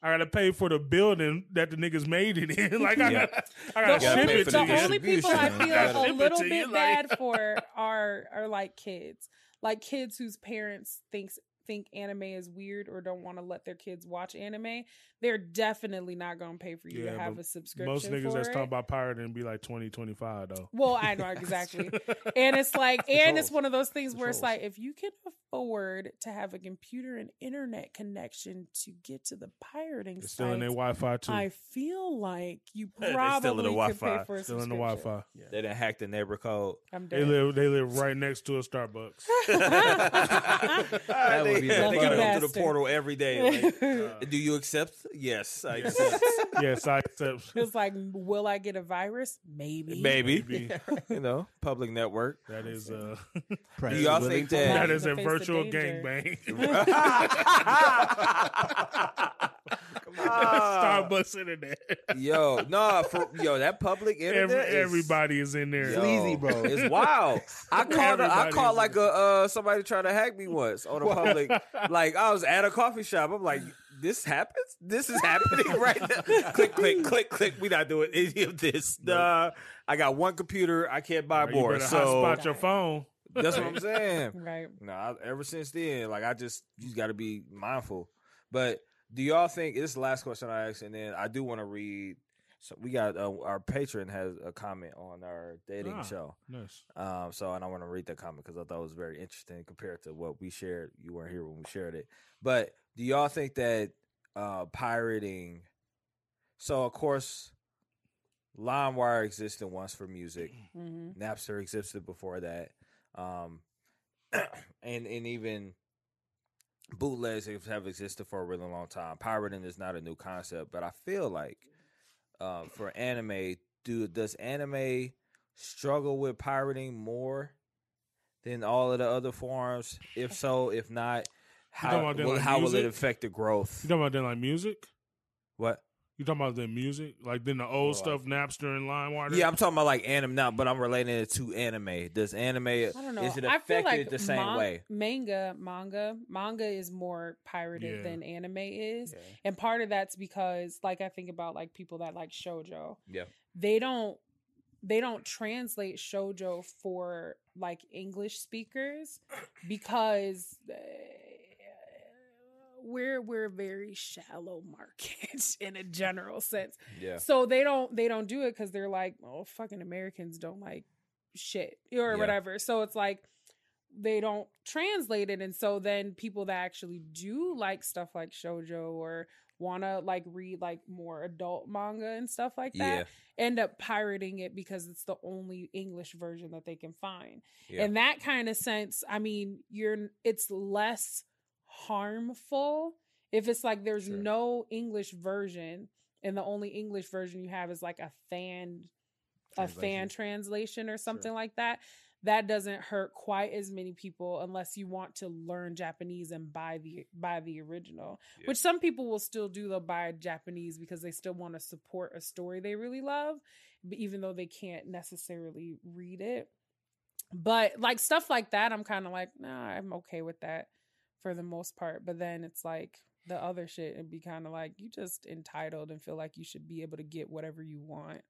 I gotta pay for the building that the niggas made it in. *laughs* Like I
Yeah.
gotta, I
the
gotta
gotta
ship
pay
it
for
only,
the
to
the
you.
only people I
distribution. *laughs* Gotta
feel a
ship it
little
to you,
bit
like-
bad for are are like kids, like kids whose parents thinks think anime is weird or don't want to let their kids watch anime. They're definitely not going to pay for you
Yeah,
to
but
have a subscription.
Most niggas
for
that's
it.
talking about pirating be like 20,
*laughs*
25 though.
Well,
*laughs*
I know exactly. and it's like
the
and it's
trolls.
one of those things
The
where it's
trolls.
like if you can afford to have a computer and internet connection to get to the pirating
It's still in their
sites,
Wi-Fi too.
I feel like
*laughs*
you
They still in the
probably could pay
Wi-Fi.
for a
still in the
subscription.
Wi-Fi.
They didn't hack the neighbor code.
I'm
They
dead.
live, they live right next to a Starbucks.
*laughs*
that
would be the
they gotta go
best.
to the portal every day. like, do you accept? Yes, I
Yes. *laughs*
accept.
Uh, yes, I accept.
it's like, will I get a virus? Maybe.
*laughs* Maybe you know public
*laughs*
network.
That is uh,
Do y'all think that
*laughs* that is
In
a
the face of
virtual
danger.
gangbang.
*laughs*
*laughs*
Ah.
Starbucks internet.
yo, nah, for, yo, that public
Every,
internet. is-
everybody is in there.
yo,
Sleazy, bro.
*laughs*
It's wild. I called. A, I
Everybody
called
is-
like a uh, somebody trying to hack me once on a public. Like I was at a coffee shop. I'm like, this happens. This is happening *laughs* right now. click, click, click, click. We not doing any of this. Nah, I got one computer. I can't buy
Or you
more.
better
So
hotspot your phone.
*laughs* that's what I'm saying.
Right.
No, I, ever since then, like I just you got to be mindful. But do y'all think this is the last question I asked, and then I do want to read. So we got uh, our patron has a comment on our dating
Ah.
show.
Nice.
Um, so and I want to read that comment because I thought it was very interesting compared to what we shared. You weren't here when we shared it, but do y'all think that uh, pirating? So of course, LimeWire existed once for music.
Mhm.
Napster existed before that, um, *clears throat* and and even bootlegs have- have existed for a really long time. Pirating is not a new concept, but I feel like uh, for anime, do does anime struggle with pirating more than all of the other forms? If so, if
*laughs*
not, how
talking about them,
will,
like,
how will it
music?
affect the growth?
You talking about then like music?
What?
You talking about the music? Like then the
Or,
old
like-
stuff, Napster and LimeWire?
Yeah, I'm talking about like anime now, but I'm relating it to anime. Does anime
I don't know.
is it
I feel
affected
like
the same
man-
way?
Manga, manga, manga is more pirated
Yeah.
than anime is, *laughs* and part of that's because, like, I think about like people that like shojo.
Yeah.
They don't. They don't translate shojo for like English speakers because uh, we're we're a very shallow market *laughs* in a general sense.
Yeah.
So they don't they don't do it because they're like, oh, fucking Americans don't like shit or
Yeah.
whatever. So it's like they don't translate it, and so then people that actually do like stuff like shojo or wanna like read like more adult manga and stuff like that end up pirating it because it's the only English version that they can find.
Yeah.
In that kind of sense, I mean, you're it's less harmful if it's like there's
Sure.
no English version and the only English version you have is like a fan a fan translation or something like that. That doesn't hurt quite as many people unless you want to learn Japanese and buy the buy the original,
Yeah.
which some people will still do. They'll buy Japanese because they still want to support a story they really love, but even though they can't necessarily read it. But like stuff like that, I'm kind of like, nah, I'm okay with that. for the most part. But then it's like the other shit it'd be kind of like you just entitled and feel like you should be able to get whatever you want.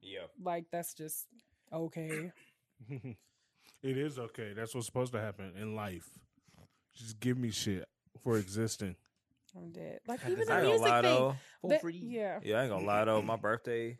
Yeah.
Like that's just okay.
*laughs* it is okay. That's what's supposed to happen in life. Just give me shit for
*laughs*
existing.
I'm dead. Like
I
even
I ain't
the
desire
gonna
music
lie
thing.
though.
For
that-
free.
yeah.
Yeah, I ain't gonna lie though.
*laughs*
My birthday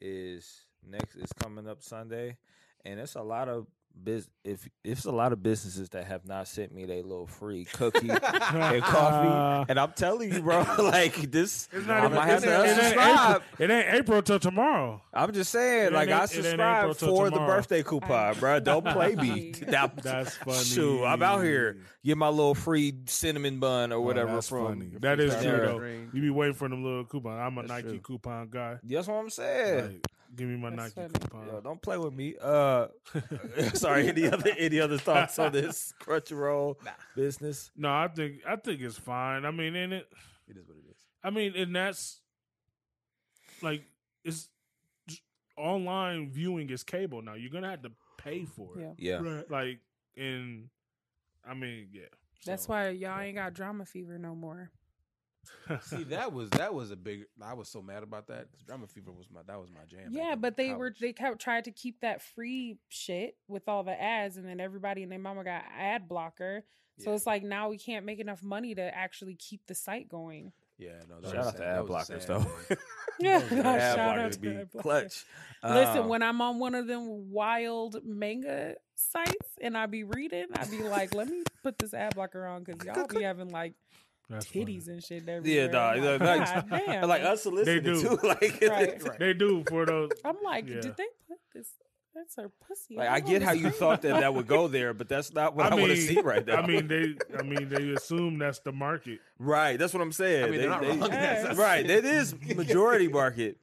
is next. It's coming up Sunday, and it's a lot of biz. If it's a lot of businesses that have not sent me their little free
*laughs*
cookie *laughs* and coffee, and I'm telling you, bro, *laughs* like this,
It's
I
not even,
might have
it's,
to
it, ain't
unsubscribe.
April, it ain't April till tomorrow.
I'm just
It
saying,
ain't
like
Ap- it
I
ain't April
subscribe
till
for the
tomorrow.
birthday coupon, bro. Don't play
*laughs*
me. That-
That's funny.
*laughs* Shoot, I'm out here. Get my little free cinnamon bun or
Oh,
whatever
that's
from.
funny. That is
Friday
true
night
though. You be waiting for them little coupon. I'm a
That's
Nike
true.
coupon guy.
That's what I'm saying.
Like, give me my
That's
Nike
funny.
coupon.
Yo, don't play with me. Uh, *laughs* sorry. Any other any other
*laughs*
thoughts *laughs* on this Crunchyroll business?
No, I think I think it's fine. I mean, in it,
*laughs* It is what it is.
I mean, and that's like it's j- online viewing is cable now. You're gonna have to pay for it.
Yeah.
Yeah,
Like, and I mean, yeah.
That's
*laughs*
why y'all ain't got drama fever no more.
why.
See, that was that was a big. I was so mad about that because Drama Fever was my that was my jam. back
Yeah,
in
but they were
college.
they kept tried to keep that free shit with all the ads, and then everybody and their mama got ad blocker. So
Yeah.
it's like now we can't make enough money to actually keep the site going.
yeah. No, that
shout
was
out
sad.
to
That
ad
was a
blockers
sad
though.
thing.
*laughs* Yeah,
Those
shout
ad
out
blockers
to
be
ad blockers.
clutch.
Listen,
Um,
when I'm on one of them wild manga sites and I be reading, I be like, let me put this ad blocker on because y'all be having like
That's funny.
titties and shit everywhere.
yeah, dog,
I'm like,
*laughs* like,
"God damn.
like unsolicited
They do.
too. *laughs* Like,
Right.
*laughs*
They do for those.
I'm like,
Yeah.
did they put this? That's her pussy.
like
all
I
on
get
the
how you
screen."
thought that that would go there, but that's not what I,
I
want to
mean-
see right now.
I mean, they. I mean, they assume that's the market.
right? That's what I'm saying.
I mean,
They-
they're not
they-
wrong.
Yeah.
*laughs*
That's-
right. It is majority *laughs* market.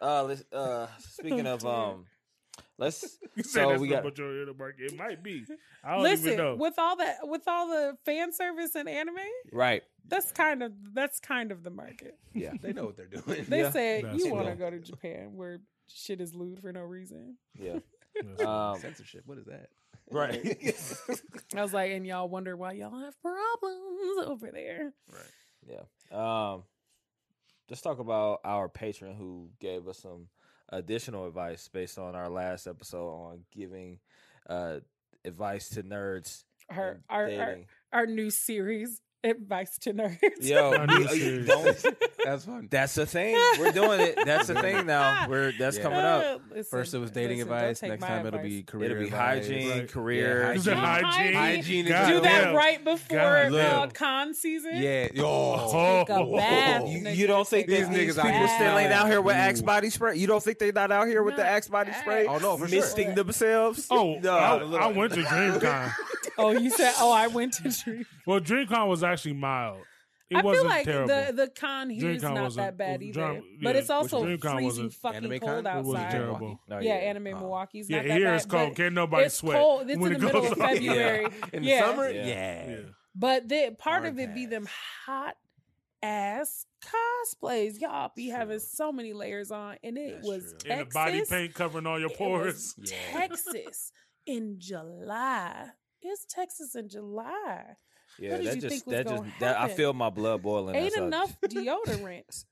Uh, let's, uh, speaking of
Oh, Dear.
um, let's.
You say
So
that's
we
the
got-
majority of the market. It
*laughs*
might be. *laughs* I don't even know.
Listen, with all that, with all the fan service and anime,
Right.
that's kind of that's kind of the market.
Yeah.
They know what they're doing.
They
Yeah.
said
That's
you want to
true.
go to Japan where shit is lewd for no reason.
Yeah. *laughs* *laughs*
Listen,
Um,
Censorship. What is that?
right. *laughs*
*laughs*
I was like, and y'all wonder why y'all have problems over there.
Um, let's talk about our patron who gave us some additional advice based on our last episode on giving uh, advice to nerds.
Our
and
our our, *laughs*
dating.
our new series, advice to nerds.
Yo,
Our new
you- you
*laughs*
series.
don't-
That's fun.
that's the thing. We're doing it. That's the thing now. We're that's
Yeah.
coming up.
Listen,
First it was dating
listen, don't
advice.
take
Next
my
time it'll
advice.
be career.
It'll be
advice.
hygiene,
Right.
career.
Is it
Yeah,
hygiene?
hygiene.
Hygiene is
God
Do that
damn.
right before
God
uh,
damn.
con season.
Yeah. Yo.
Oh.
Take a bath,
You,
nigga.
you don't think
Take
these
a
that these
niggas
out
people
here
bath.
still ain't out here with
Ooh.
Axe body spray? You don't think they not out here with the
Not
Axe body spray?
Axe.
Oh no, for
Misting
sure.
the themselves?
oh,
no.
I, I went to DreamCon.
Oh, you said, oh, I went to dream.
well, DreamCon was actually mild. It
I
wasn't
feel like
terrible.
the the con here is
DreamCon
not
wasn't-
that bad
was
either,
dra-
but
yeah,
it's also
which DreamCon
freezing
wasn't-
fucking
Anime con?
cold
It
it
outside.
wasn't terrible.
No,
yeah, anime Milwaukee's
Yeah,
not that
here
bad.
it's cold.
but
Can't nobody
it's
sweat.
cold. It's in
when it
the middle
goes *laughs*
of
on.
February.
In
Yeah.
the summer.
Yeah.
Yeah.
Yeah.
But the part
Hard
of it be them
pass.
hot ass cosplays. Y'all be having
True.
so many layers on, and it
That's
was
true.
And the body
Texas.
paint covering all your
It was
pores.
Yeah.
Texas in July. It's Texas in July.
Yeah,
What did
that
you
just
think was
that
gonna
just that I
happen?
feel my blood boiling.
Ain't
That's how-
enough
*laughs*
deodorant.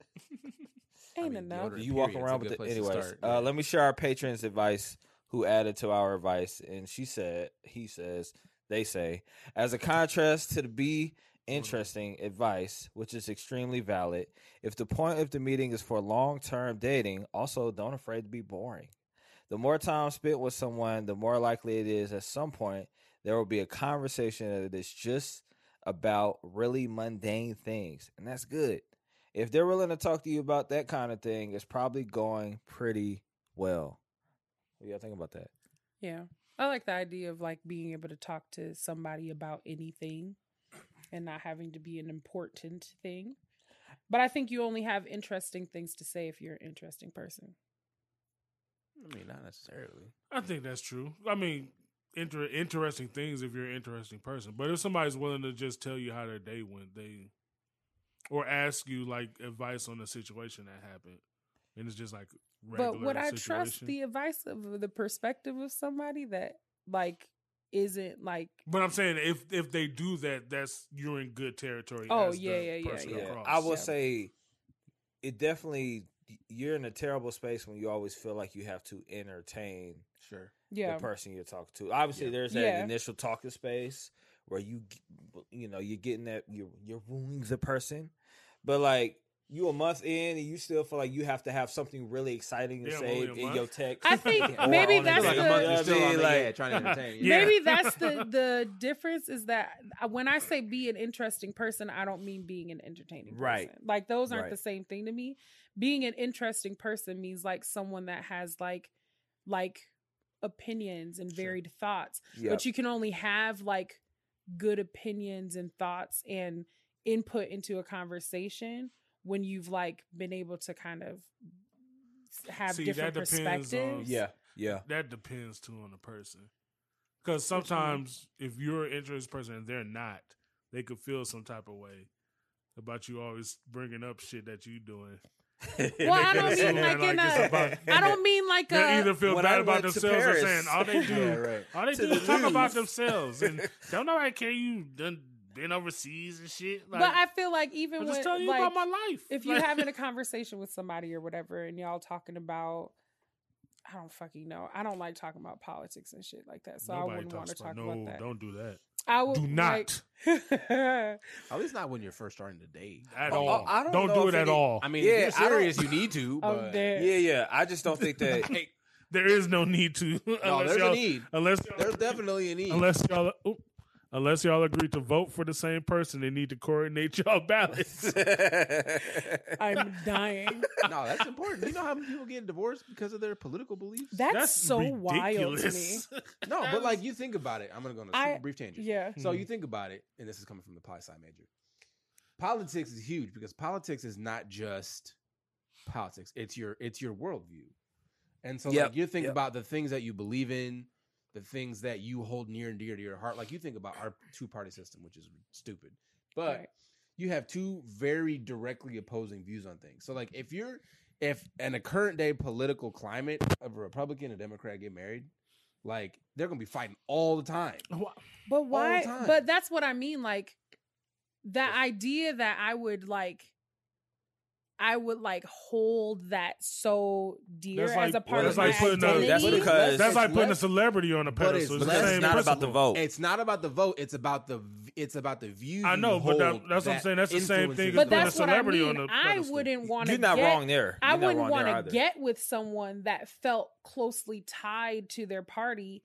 Ain't
mean,
enough.
deodorant.
You walk
Period. It's a
around
good
with it.
place to
Anyways,
start, yeah.
uh, let me share our patron's advice who added to our advice. And she said, he says, they say, as a contrast to the B, interesting advice, which is extremely valid. If the point of the meeting is for long term dating, also don't afraid to be boring. The more time spent with someone, the more likely it is at some point there will be a conversation that is just about really mundane things. And that's good if they're willing to talk to you about that kind of thing, it's probably going pretty well. What do y'all think about that?
Yeah. I like the idea of like being able to talk to somebody about anything and not having to be an important thing. But I think you only have interesting things to say if you're an interesting person.
I mean, not necessarily.
I think that's true. I mean, inter- interesting things if you're an interesting person. But if somebody's willing to just tell you how their day went, they or ask you like advice on the situation that happened, and it's just like regular
but would I trust
situation.
the advice of the perspective of somebody that like isn't like
But I'm saying if if they do that, that's you're in good territory.
Oh,
as
yeah,
the
yeah, yeah,
person
Yeah,
across.
I will
Yeah.
say it definitely you're in a terrible space when you always feel like you have to entertain
Sure.
yeah
the person you're talking to. Obviously,
Yeah.
there's that
Yeah.
initial talking space where you, g- you know, you're getting that you're you're wooing the person, but like you a month in and you still feel like you have to have something really exciting to
Yeah, I'm
say
only a
in
month.
your text.
I think
*laughs* or
maybe
on
that's
the-
like
the-
a month
you know
you're
what
still on
I mean?
the,
Like,
yeah, trying *laughs* to entertain.
Yeah.
Maybe that's
*laughs*
the the difference is that I- when I say be an interesting person, I don't mean being an entertaining
Right.
person. Like those aren't
Right.
the same thing to me. Being an interesting person means like someone that has like like opinions and
Sure.
varied thoughts.
yeah.
But you can only have like good opinions and thoughts and input into a conversation when you've like been able to kind of have
See, that
different
depends on-
perspectives.
yeah, yeah,
that depends too on the person. Because sometimes if you're an interested person and they're not, they could feel some type of way about you always bringing up shit that you doing.
Well, I
*laughs*
don't
It's
mean
so
like
like
in
it's
a.
about-
*laughs* I don't mean like
They
a.
either feel
When
bad
I
about
went to
themselves or
Paris-
saying all they
*laughs*
do,
Yeah, right.
all they
To
do
the
is talk about
Louvre.
themselves, and don't nobody care you done been overseas and shit. Like,
but I feel like even
I'm
when
just telling you
like,
about my life.
if you're
Like- *laughs*
having a conversation with somebody or whatever, and y'all talking about, I don't fucking know. I don't like talking about politics and shit like that, so
Nobody
I wouldn't want to
talks
talk
about-
about,
no,
that.
Don't do that.
I would
do not
like- *laughs*
At least not when you're first starting to date.
at
I- I-
all.
I don't
don't,
know
do
if
it at
any-
all.
I mean,
Yeah, I
if you're
don't-
serious, you need to.
I'm
But *laughs*
dead.
yeah, yeah. I just don't think that. *laughs*
*laughs*
Like,
there is no need to. *laughs*
no,
unless
there's
y'all-
a need.
Unless y'all-
There's definitely a need.
unless y'all oop, unless y'all agree to vote for the same person, they need to coordinate *laughs* y'all ballots.
I'm
*laughs*
dying.
no, that's important. You know how many people get divorced because of their political beliefs?
That's,
That's
so wild to me. *laughs*
ridiculous.
no, but like you think about it. I'm gonna go on a super
I-
brief tangent.
Yeah,
So
Hmm.
you think about it, and this is coming from the poli sci major. Politics is huge because politics is not just politics; it's your it's your worldview. And so,
Yep,
like you think
yep.
about the things that you believe in, the things that you hold near and dear to your heart. Like you think about our two party system, which is stupid, but
Right.
you have two very directly opposing views on things. So, like if you're if in a current day political climate of a Republican and Democrat get married, like they're gonna be fighting all the time.
But why?
time.
But that's what I mean. Like the idea that I would like, I would like hold that so dear
That's like-
as a part
that's
of my
like putting a-
identity.
That's because
That's like putting a
less-
celebrity on a
but it's
pedestal. It's the
less-
That's
same
not about the
principle.
vote.
It's not about the vote. It's about the. v- It's about the view.
I
you
know, but that-
hold
that's what I'm saying. That's the same thing
influences
as
the
but
putting a
vote.
that's what I
celebrity on
mean.
a
I
pedestal.
wouldn't want to.
You're not
get,
wrong there.
I
You're not
wouldn't
wrong
want
there
to
either.
get with someone that felt closely tied to their party.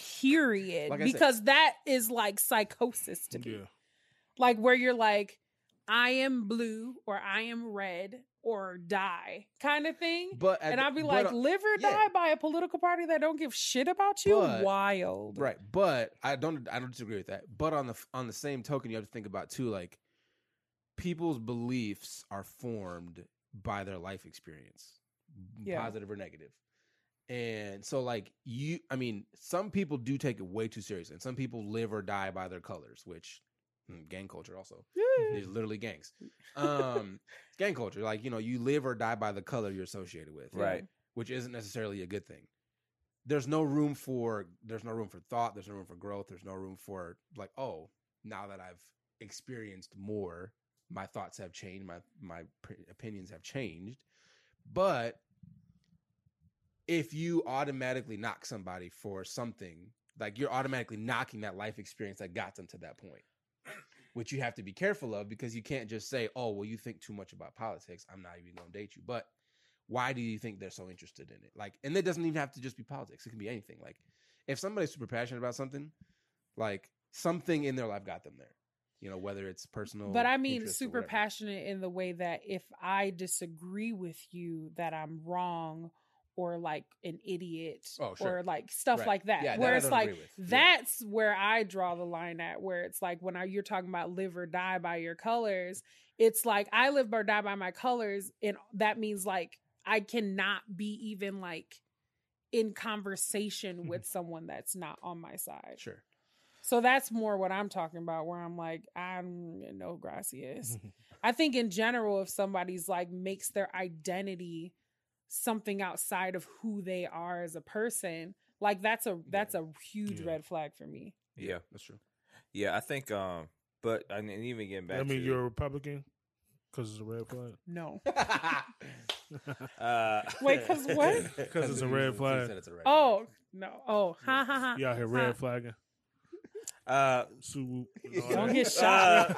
Period.
Like I said-
because that is like psychosis to me.
Yeah. *laughs*
like where you're like i am blue or i am red or die kind of thing
But at
and
the-
i'll be
but,
like
uh,
live or
yeah.
die by a political party that don't give shit about you
But-
wild
right. But I don't. I don't disagree with that. But on the f- on the same token, you have to think about too, like people's beliefs are formed by their life experience,
Yeah.
positive or negative. And so, like you, I mean, some people do take it way too seriously, and some people live or die by their colors, which mm, gang culture also. There's literally gangs. Um, gang culture, like you know, you live or die by the color you're associated with,
Right.
Which isn't necessarily a good thing. There's no room for there's no room for thought. There's no room for growth. There's no room for like, oh, now that I've experienced more, my thoughts have changed. My my pr- opinions have changed. But if you automatically knock somebody for something, like you're automatically knocking that life experience that got them to that point which you have to be careful of because you can't just say, "Oh, well, you think too much about politics. I'm not even going to date you." But why do you think they're so interested in it? Like, and it doesn't even have to just be politics. It can be anything. Like, if somebody's super passionate about something, like something in their life got them there. You know, whether it's personal,
but i mean
interests or
super
whatever.
passionate in the way that if i disagree with you that i'm wrong or like an idiot
Oh, sure.
or like stuff
Right.
like that
Yeah, that
where
I
it's
don't
like
agree with. Yeah.
that's where i draw the line at where it's like when I, you're talking about live or die by your colors it's like i live or die by my colors and that means like i cannot be even like in
Mm-hmm.
conversation with someone that's not on my side
Sure.
so that's more what I'm talking about, where I'm like, I'm no
Mm-hmm.
gracias. I think in general, if somebody's like makes their identity something outside of who they are as a person, Like that's a that's a huge
Yeah.
red flag for me.
Yeah,
that's true.
yeah. I think. Um, but and and even getting back
I mean,
to
you're a Republican because it's a red flag. *laughs*
No.
*laughs*
uh,
Wait, 'cause
*laughs*
what?
Because it's a red flag.
It's a red
Oh no. Oh ha ha ha.
You out here
Huh.
red flagging.
uh,
Swoop.
Don't get
Uh,
shot.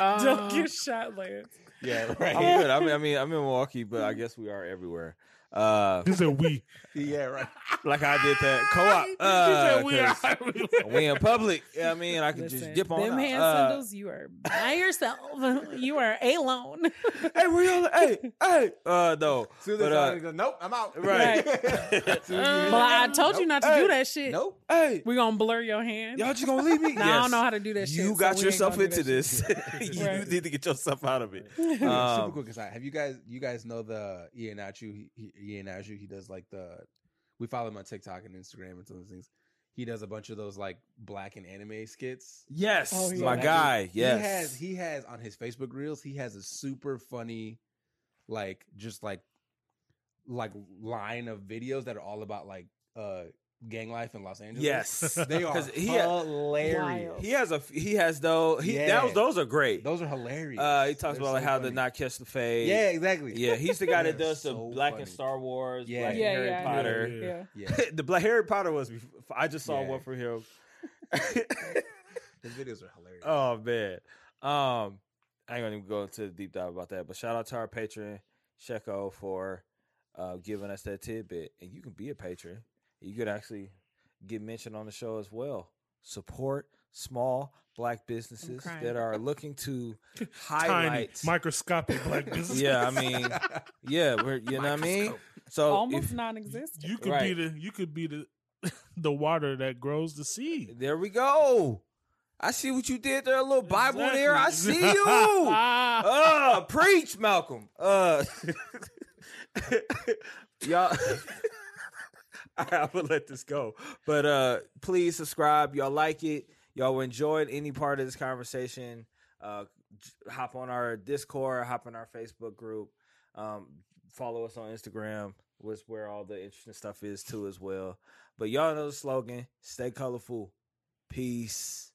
Oh.
Don't get shot, Lance.
yeah, *laughs* right. I'm good. I mean, I mean, I'm in Milwaukee, but I guess we are everywhere. Uh,
*laughs* He said we.
yeah, right.
like I did that
He
co-op. Uh,
said we are *laughs*
'cause
everywhere.
we in public. Yeah, I mean, I could
Listen,
just dip on
them
out.
hand
Uh,
sandals, you are by yourself. *laughs* you are
*laughs*
alone.
hey, we on. Hey, hey. Uh, no.
Soon
But,
as
uh,
I go, nope, I'm out. *laughs*
Right. *laughs*
but I told you not to do
Hey,
that shit.
Nope.
Hey,
We gonna blur your hand.
y'all just gonna leave me?
Nah, I don't know how to do that shit.
you
so we
got
ain't
yourself
gonna do
into
that
this. *laughs*
*laughs*
you
Right.
need to get yourself out of it.
*laughs* shit.
Um,
*laughs* Super quick aside. Have you guys? You guys know the Ianachu? He, he, Iheanacho, He does like the. We follow him on TikTok and Instagram and some of those things. He does a bunch of those like black and anime skits.
Yes,
Oh, yeah.
my
That
guy. Yes,
He has he has on his Facebook reels, he has a super funny like just like like line of videos that are all about like uh gang life in Los Angeles. *laughs*
yes.
They are
'Cause he-
hilarious.
Wild.
he has a. He has though. He
Yeah.
that was those are great.
Those are hilarious.
Uh, he talks
They're
about
so
like how
funny.
to not catch the fade.
Yeah, exactly.
yeah. He's the guy that
*laughs* They're
does the
so
black and
funny.
Star Wars.
Yeah.
black and
Yeah,
Harry
yeah, I know.
Potter.
Yeah.
yeah.
Yeah.
*laughs* the black Harry Potter was. Before, I just saw
Yeah.
one from him.
His videos are hilarious.
*laughs* oh man. Um, I ain't gonna even go into the deep dive about that. But shout out to our patron Sheko for uh, giving us that tidbit, and you can be a patron. You could actually get mentioned on the show as well. Support small black businesses
crying.
that are looking to
Tiny,
highlight.
microscopic
*laughs*
black business.
yeah, I *laughs* mean, yeah, we're you know what I mean.
Microscope.
So
Almost
Oh, if-
non-existent.
You could be
Right.
the you could be the *laughs* the water that grows the seed.
there we go. I see what you did there, a little Bible there. I see
Exactly.
you.
*laughs* Ah,
uh preach malcolm uh *laughs* y'all *laughs* i will let this go but uh please subscribe y'all like it y'all enjoyed any part of this conversation uh j- hop on our discord hop on our facebook group um follow us on instagram was where all the interesting stuff is too as well but y'all know the slogan stay colorful peace